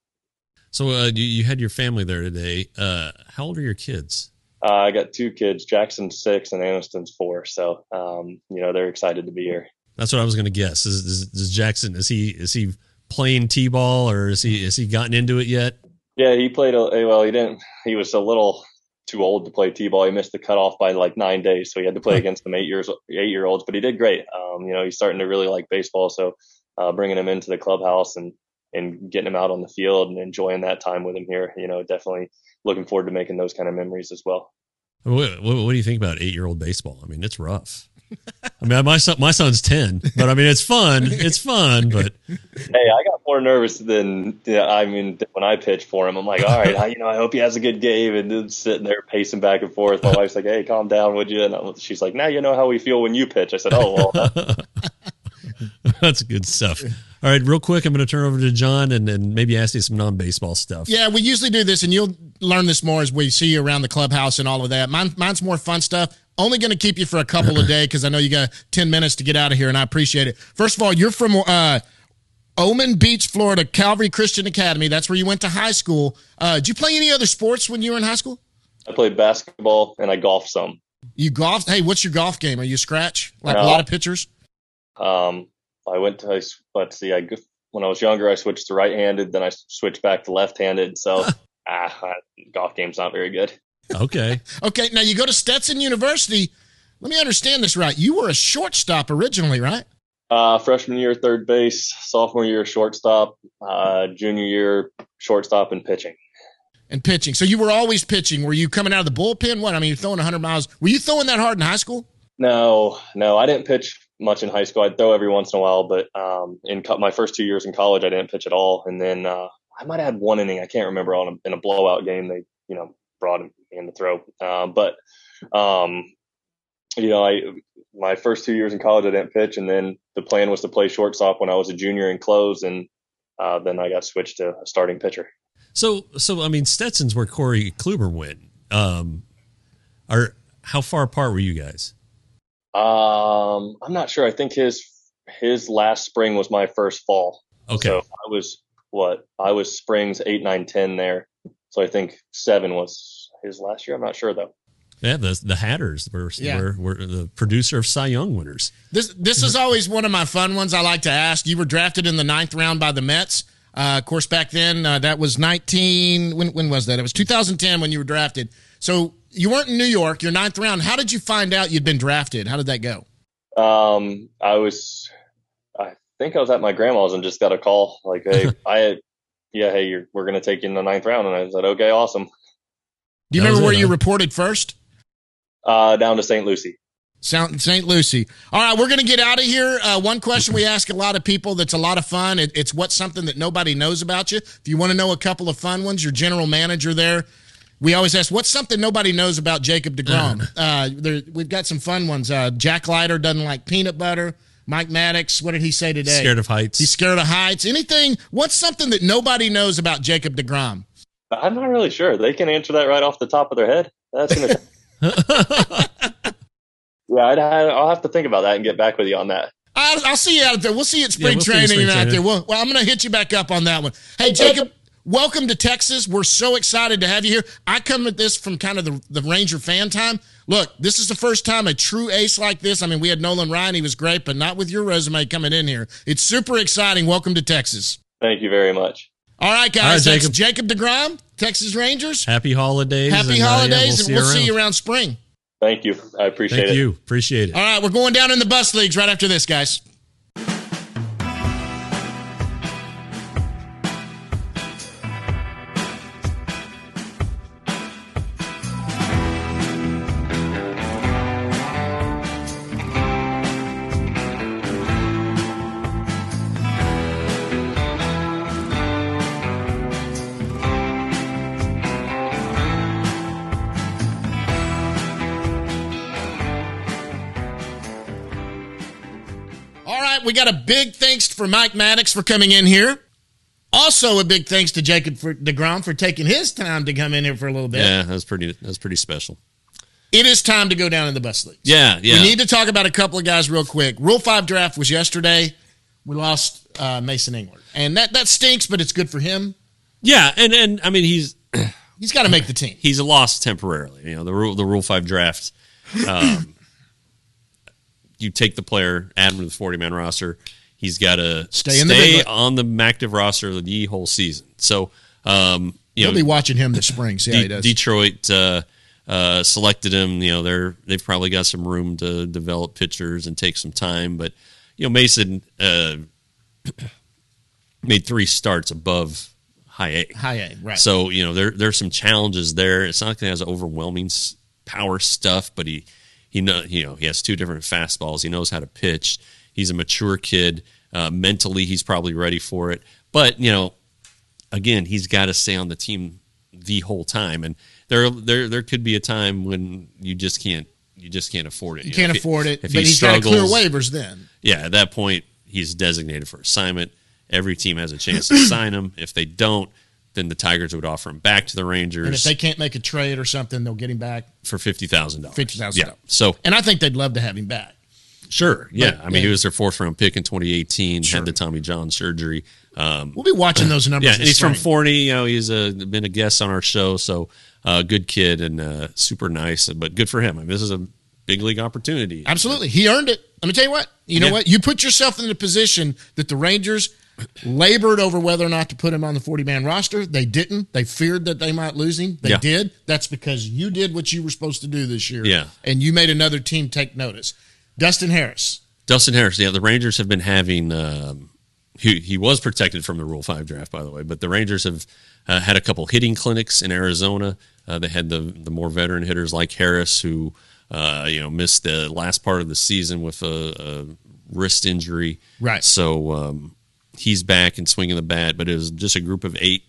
So uh, you, you had your family there today. Uh, how old are your kids?
Uh, I got two kids, Jackson's six and Aniston's four, so um, you know they're excited to be here.
That's what I was going to guess. Is, is, is Jackson is he is he playing t-ball or is he is he gotten into it yet?
Yeah, he played a eh, well. He didn't. He was a little too old to play t-ball. He missed the cutoff by like nine days, so he had to play against them eight years eight year olds. But he did great. Um, you know, he's starting to really like baseball, so uh, bringing him into the clubhouse and and getting him out on the field and enjoying that time with him here. You know, definitely looking forward to making those kind of memories as well.
What, what, what do you think about eight year old baseball? I mean, it's rough. I mean, my son, my son's ten, but I mean, it's fun. It's fun, but
Hey, I got more nervous than yeah, I mean than when I pitch for him. I'm like, all right, I, you know, I hope he has a good game, and then sitting there pacing back and forth. My wife's like, hey, calm down, would you? And I'm, she's like, now you know how we feel when you pitch. I said, oh well, that's
That's good stuff. All right, real quick, I'm going to turn over to John and then maybe ask you some non-baseball stuff.
Yeah, we usually do this, and you'll learn this more as we see you around the clubhouse and all of that. Mine, mine's more fun stuff. Only going to keep you for a couple
(laughs)
of days because I know you got 10 minutes to get out of here, and I appreciate it. First of all, you're from uh, Omen Beach, Florida, Calvary Christian Academy. That's where you went to high school. Uh, did you play any other sports when you were in high school?
I played basketball and I golfed some.
You golfed? Hey, what's your golf game? Are you scratch? Like a
No.
lot of pitchers?
Um, I went to I s- let's see, I g- when I was younger, I switched to right-handed, then I s- switched back to left-handed. So ah, I- golf game's not very good.
Okay.
Okay, now you go to Stetson University. Let me understand this right. You were a shortstop originally, right?
Uh, freshman year, third base. Sophomore year, shortstop. Uh, junior year, shortstop and pitching.
And pitching. So you were always pitching. Were you coming out of the bullpen? What? I mean, you're throwing 100 miles. Were you throwing that hard in high school?
No, no, I didn't pitch much in high school. I'd throw every once in a while, but um, in co- my first two years in college, I didn't pitch at all. And then uh, I might have had one inning. I can't remember on a, in a blowout game. They, you know, brought him in to throw. Uh, but, um, you know, I my first two years in college, I didn't pitch, and then the plan was to play shortstop when I was a junior in close, and uh, then I got switched to a starting pitcher.
So, so I mean, Stetson's where Corey Kluber went. Um, are how far apart were you guys?
Um, I'm not sure. I think his his last spring was my first fall.
Okay.
So I was what I was springs eight, nine, ten there. So I think seven was his last year. I'm not sure though.
yeah, the the Hatters were,
Yeah.
were were the producer of Cy Young winners.
This this is always one of my fun ones I like to ask. You were drafted in the ninth round by the Mets. Uh, of course, back then uh, that was nineteen. When when was that? It was 2010 when you were drafted. So you weren't in New York. Your ninth round. How did you find out you'd been drafted? How did that go?
Um, I was, I think I was at my grandma's and just got a call like,
(laughs)
"Hey, I, yeah, hey, you're, we're gonna take you in the ninth round." And I said, "Okay, awesome."
Do you
That was
remember where
it,
you
huh?
reported first?
Uh, down to St. Lucie.
Sound- St. Lucie. All right, we're going to get out of here. Uh, one question we ask a lot of people that's a lot of fun. It, it's what's something that nobody knows about you. If you want to know a couple of fun ones, your general manager there. We always ask, what's something nobody knows about Jacob DeGrom? Uh, there, we've got some fun ones. Uh, Jack Leiter doesn't like peanut butter. Mike Maddox, what did he say today?
Scared of heights.
He's scared of heights. Anything? What's something that nobody knows about Jacob DeGrom?
I'm not really sure. They can answer that right off the top of their head.
(laughs)
That's gonna. yeah, I'd, I'll have to think about that and get back with you on that.
I'll, I'll see you out there. We'll see you at spring
we'll see you
training
spring
out
training.
there. We'll, well, I'm going to hit you back up on that one. Hey, Jacob, welcome to Texas. We're so excited to have you here. I come at this from kind of the, the Ranger fan time. Look, this is the first time a true ace like this. I mean, we had Nolan Ryan. He was great, but not with your resume coming in here. It's super exciting. Welcome to Texas.
Thank you very much.
All right, guys.
All right,
Jacob. That's Jacob DeGrom, Texas Rangers.
Happy holidays. and,
Happy
uh, yeah,
holidays, and we'll see you
around.
around spring.
Thank you. I appreciate
Thank
it.
you. Appreciate it.
All right, we're going down in the bus leagues right after this, guys. All right, we got a big thanks for Mike Maddox for coming in here. Also, a big thanks to Jacob for DeGrom for taking his time to come in here for a little bit.
Yeah, that was pretty. That was pretty special.
It is time to go down in the bus league.
Yeah, yeah.
We need to talk about a couple of guys real quick. Rule 5 draft was yesterday. We lost uh, Mason Engler. And that, that stinks, but it's good for him.
yeah, and and I mean he's
He's got to make the team.
he's a loss temporarily. You know the rule the rule five draft. Um, (laughs) you take the player, add him to the forty man roster. He's got to
Stay in the big league.
on the active roster the whole season. So um, you
We'll
know
be watching him this spring. See how he
De-
does.
Detroit uh, uh, selected him. You know, they're they've probably got some room to develop pitchers and take some time. But you know, Mason uh, (clears throat) made three starts above high A.
High A, right.
So you know, there there's some challenges there. It's not like he has overwhelming s- power stuff, but he he know you know he has two different fastballs. He knows how to pitch. He's a mature kid. Uh, mentally, he's probably ready for it. But you know, again, he's got to stay on the team the whole time, and there there there could be a time when you just can't you just can't afford it.
You
know,
can't
if he-
afford it, but
if he
he's got to clear
struggles-
waivers then.
yeah, at that point, he's designated for assignment. Every team has a chance to sign him. If they don't, then the Tigers would offer him back to the
And if
Rangers
they can't make a trade or something, they'll get him back.
for fifty thousand dollars.
$50,000.
Yeah. So
And I think they'd love to have him back.
sure, yeah.
But-
I mean, he
yeah.
was their fourth round pick in 2018. Had the Tommy John surgery. Um,
We'll be watching those numbers.
yeah, and
this
he's from
spring.
Forney. You know, he's uh been a guest on our show, so uh, good kid and uh, super nice. But good for him. I mean, this is a big league opportunity.
Absolutely. He earned it. Let me tell you what. You know
Yeah.
what? You put yourself in the position that the Rangers labored over whether or not to put him on the 40 man roster. They didn't. They feared that they might lose him. They
Yeah.
did. That's because you did what you were supposed to do this year.
Yeah.
And you made another team take notice. Dustin Harris.
Dustin Harris. Yeah, the Rangers have been having. Um, he he was protected from the Rule Five draft, by the way. But the Rangers have uh, had a couple hitting clinics in Arizona. Uh, they had the the more veteran hitters like Harris, who uh, you know missed the last part of the season with a, a wrist injury.
Right.
So um, he's back and swinging the bat, but it was just a group of eight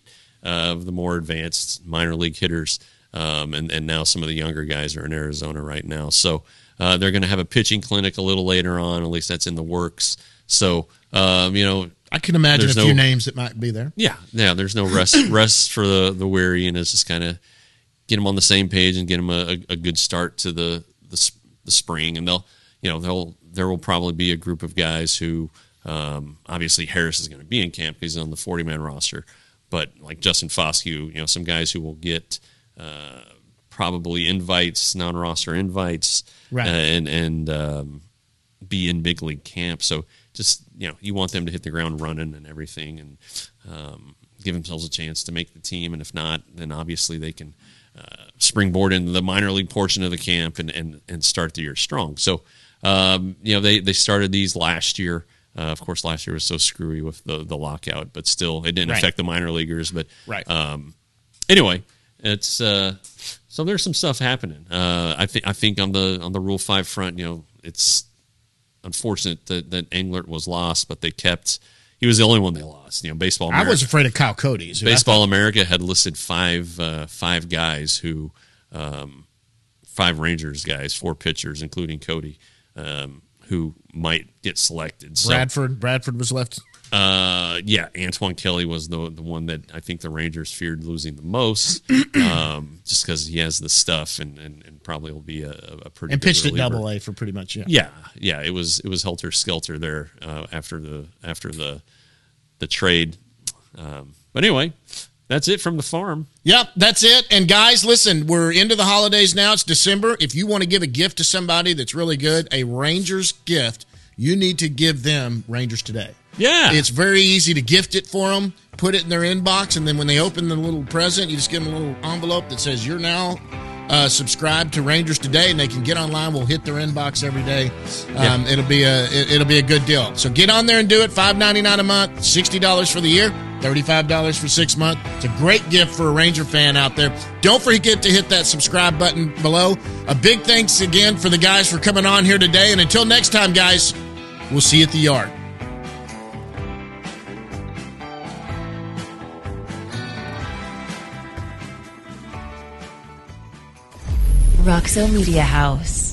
uh, of the more advanced minor league hitters. Um, and, and now some of the younger guys are in Arizona right now. So uh, they're going to have a pitching clinic a little later on. At least that's in the works. So, um, you know,
I can imagine
There's
a few
no-
names that might be there.
yeah, yeah, there's no
(clears throat)
rest rest for the, the weary. And it's just kind of get them on the same page and get them a, a, a good start to the, the, s- the spring. And they'll, you know, they'll, there will probably be a group of guys who, um, obviously Harris is going to be in camp. 'cause He's on the 40 man roster, but like Justin Foscue, you know, some guys who will get, uh, probably invites, non-roster invites, uh,
Right.
and, and, um, be in big league camp. So just, you know, you want them to hit the ground running and everything and, um, give themselves a chance to make the team. And if not, then obviously they can, uh, springboard into the minor league portion of the camp and and, and start the year strong. So, um, you know, they they started these last year. Uh, of course, last year was so screwy with the the lockout, but still, it didn't
Right.
affect the minor leaguers. But
Right.
um, anyway, it's uh, so there's some stuff happening. Uh, I think I think on the on the Rule Five front, you know, it's unfortunate that that Englert was lost, but they kept. He was the only one they lost. You know, baseball.
I was
America-
afraid of Kyle Cody. is who I
Baseball America had listed five uh, five guys who um, five Rangers guys, four pitchers, including Cody, um, who might get selected. So,
Bradford. Bradford was left.
uh, yeah, Antoine Kelly was the the one that I think the Rangers feared losing the most, (clears throat) um, just because he has the stuff and, and, and probably will be a, a pretty
And
good
pitched at
reliever.
double A for pretty much, yeah.
Yeah, yeah, it was it was helter skelter there uh, after the after the the trade. Um, but anyway, that's it from the farm.
Yep, that's it. And guys, listen, we're into the holidays now. It's December. If you want to give a gift to somebody that's really good, a Rangers gift, you need to give them Rangers today.
Yeah.
It's very easy to gift it for them, put it in their inbox, and then when they open the little present, you just give them a little envelope that says, You're now uh, subscribed to Rangers today, and they can get online. We'll hit their inbox every day. Um, It'll be a it, it'll be a good deal. So get on there and do it. Five ninety nine a month, sixty dollars for the year, thirty five dollars for six months. It's a great gift for a Ranger fan out there. Don't forget to hit that subscribe button below. A big thanks again for the guys for coming on here today, and until next time, guys, we'll see you at the yard.
Roxo Media House.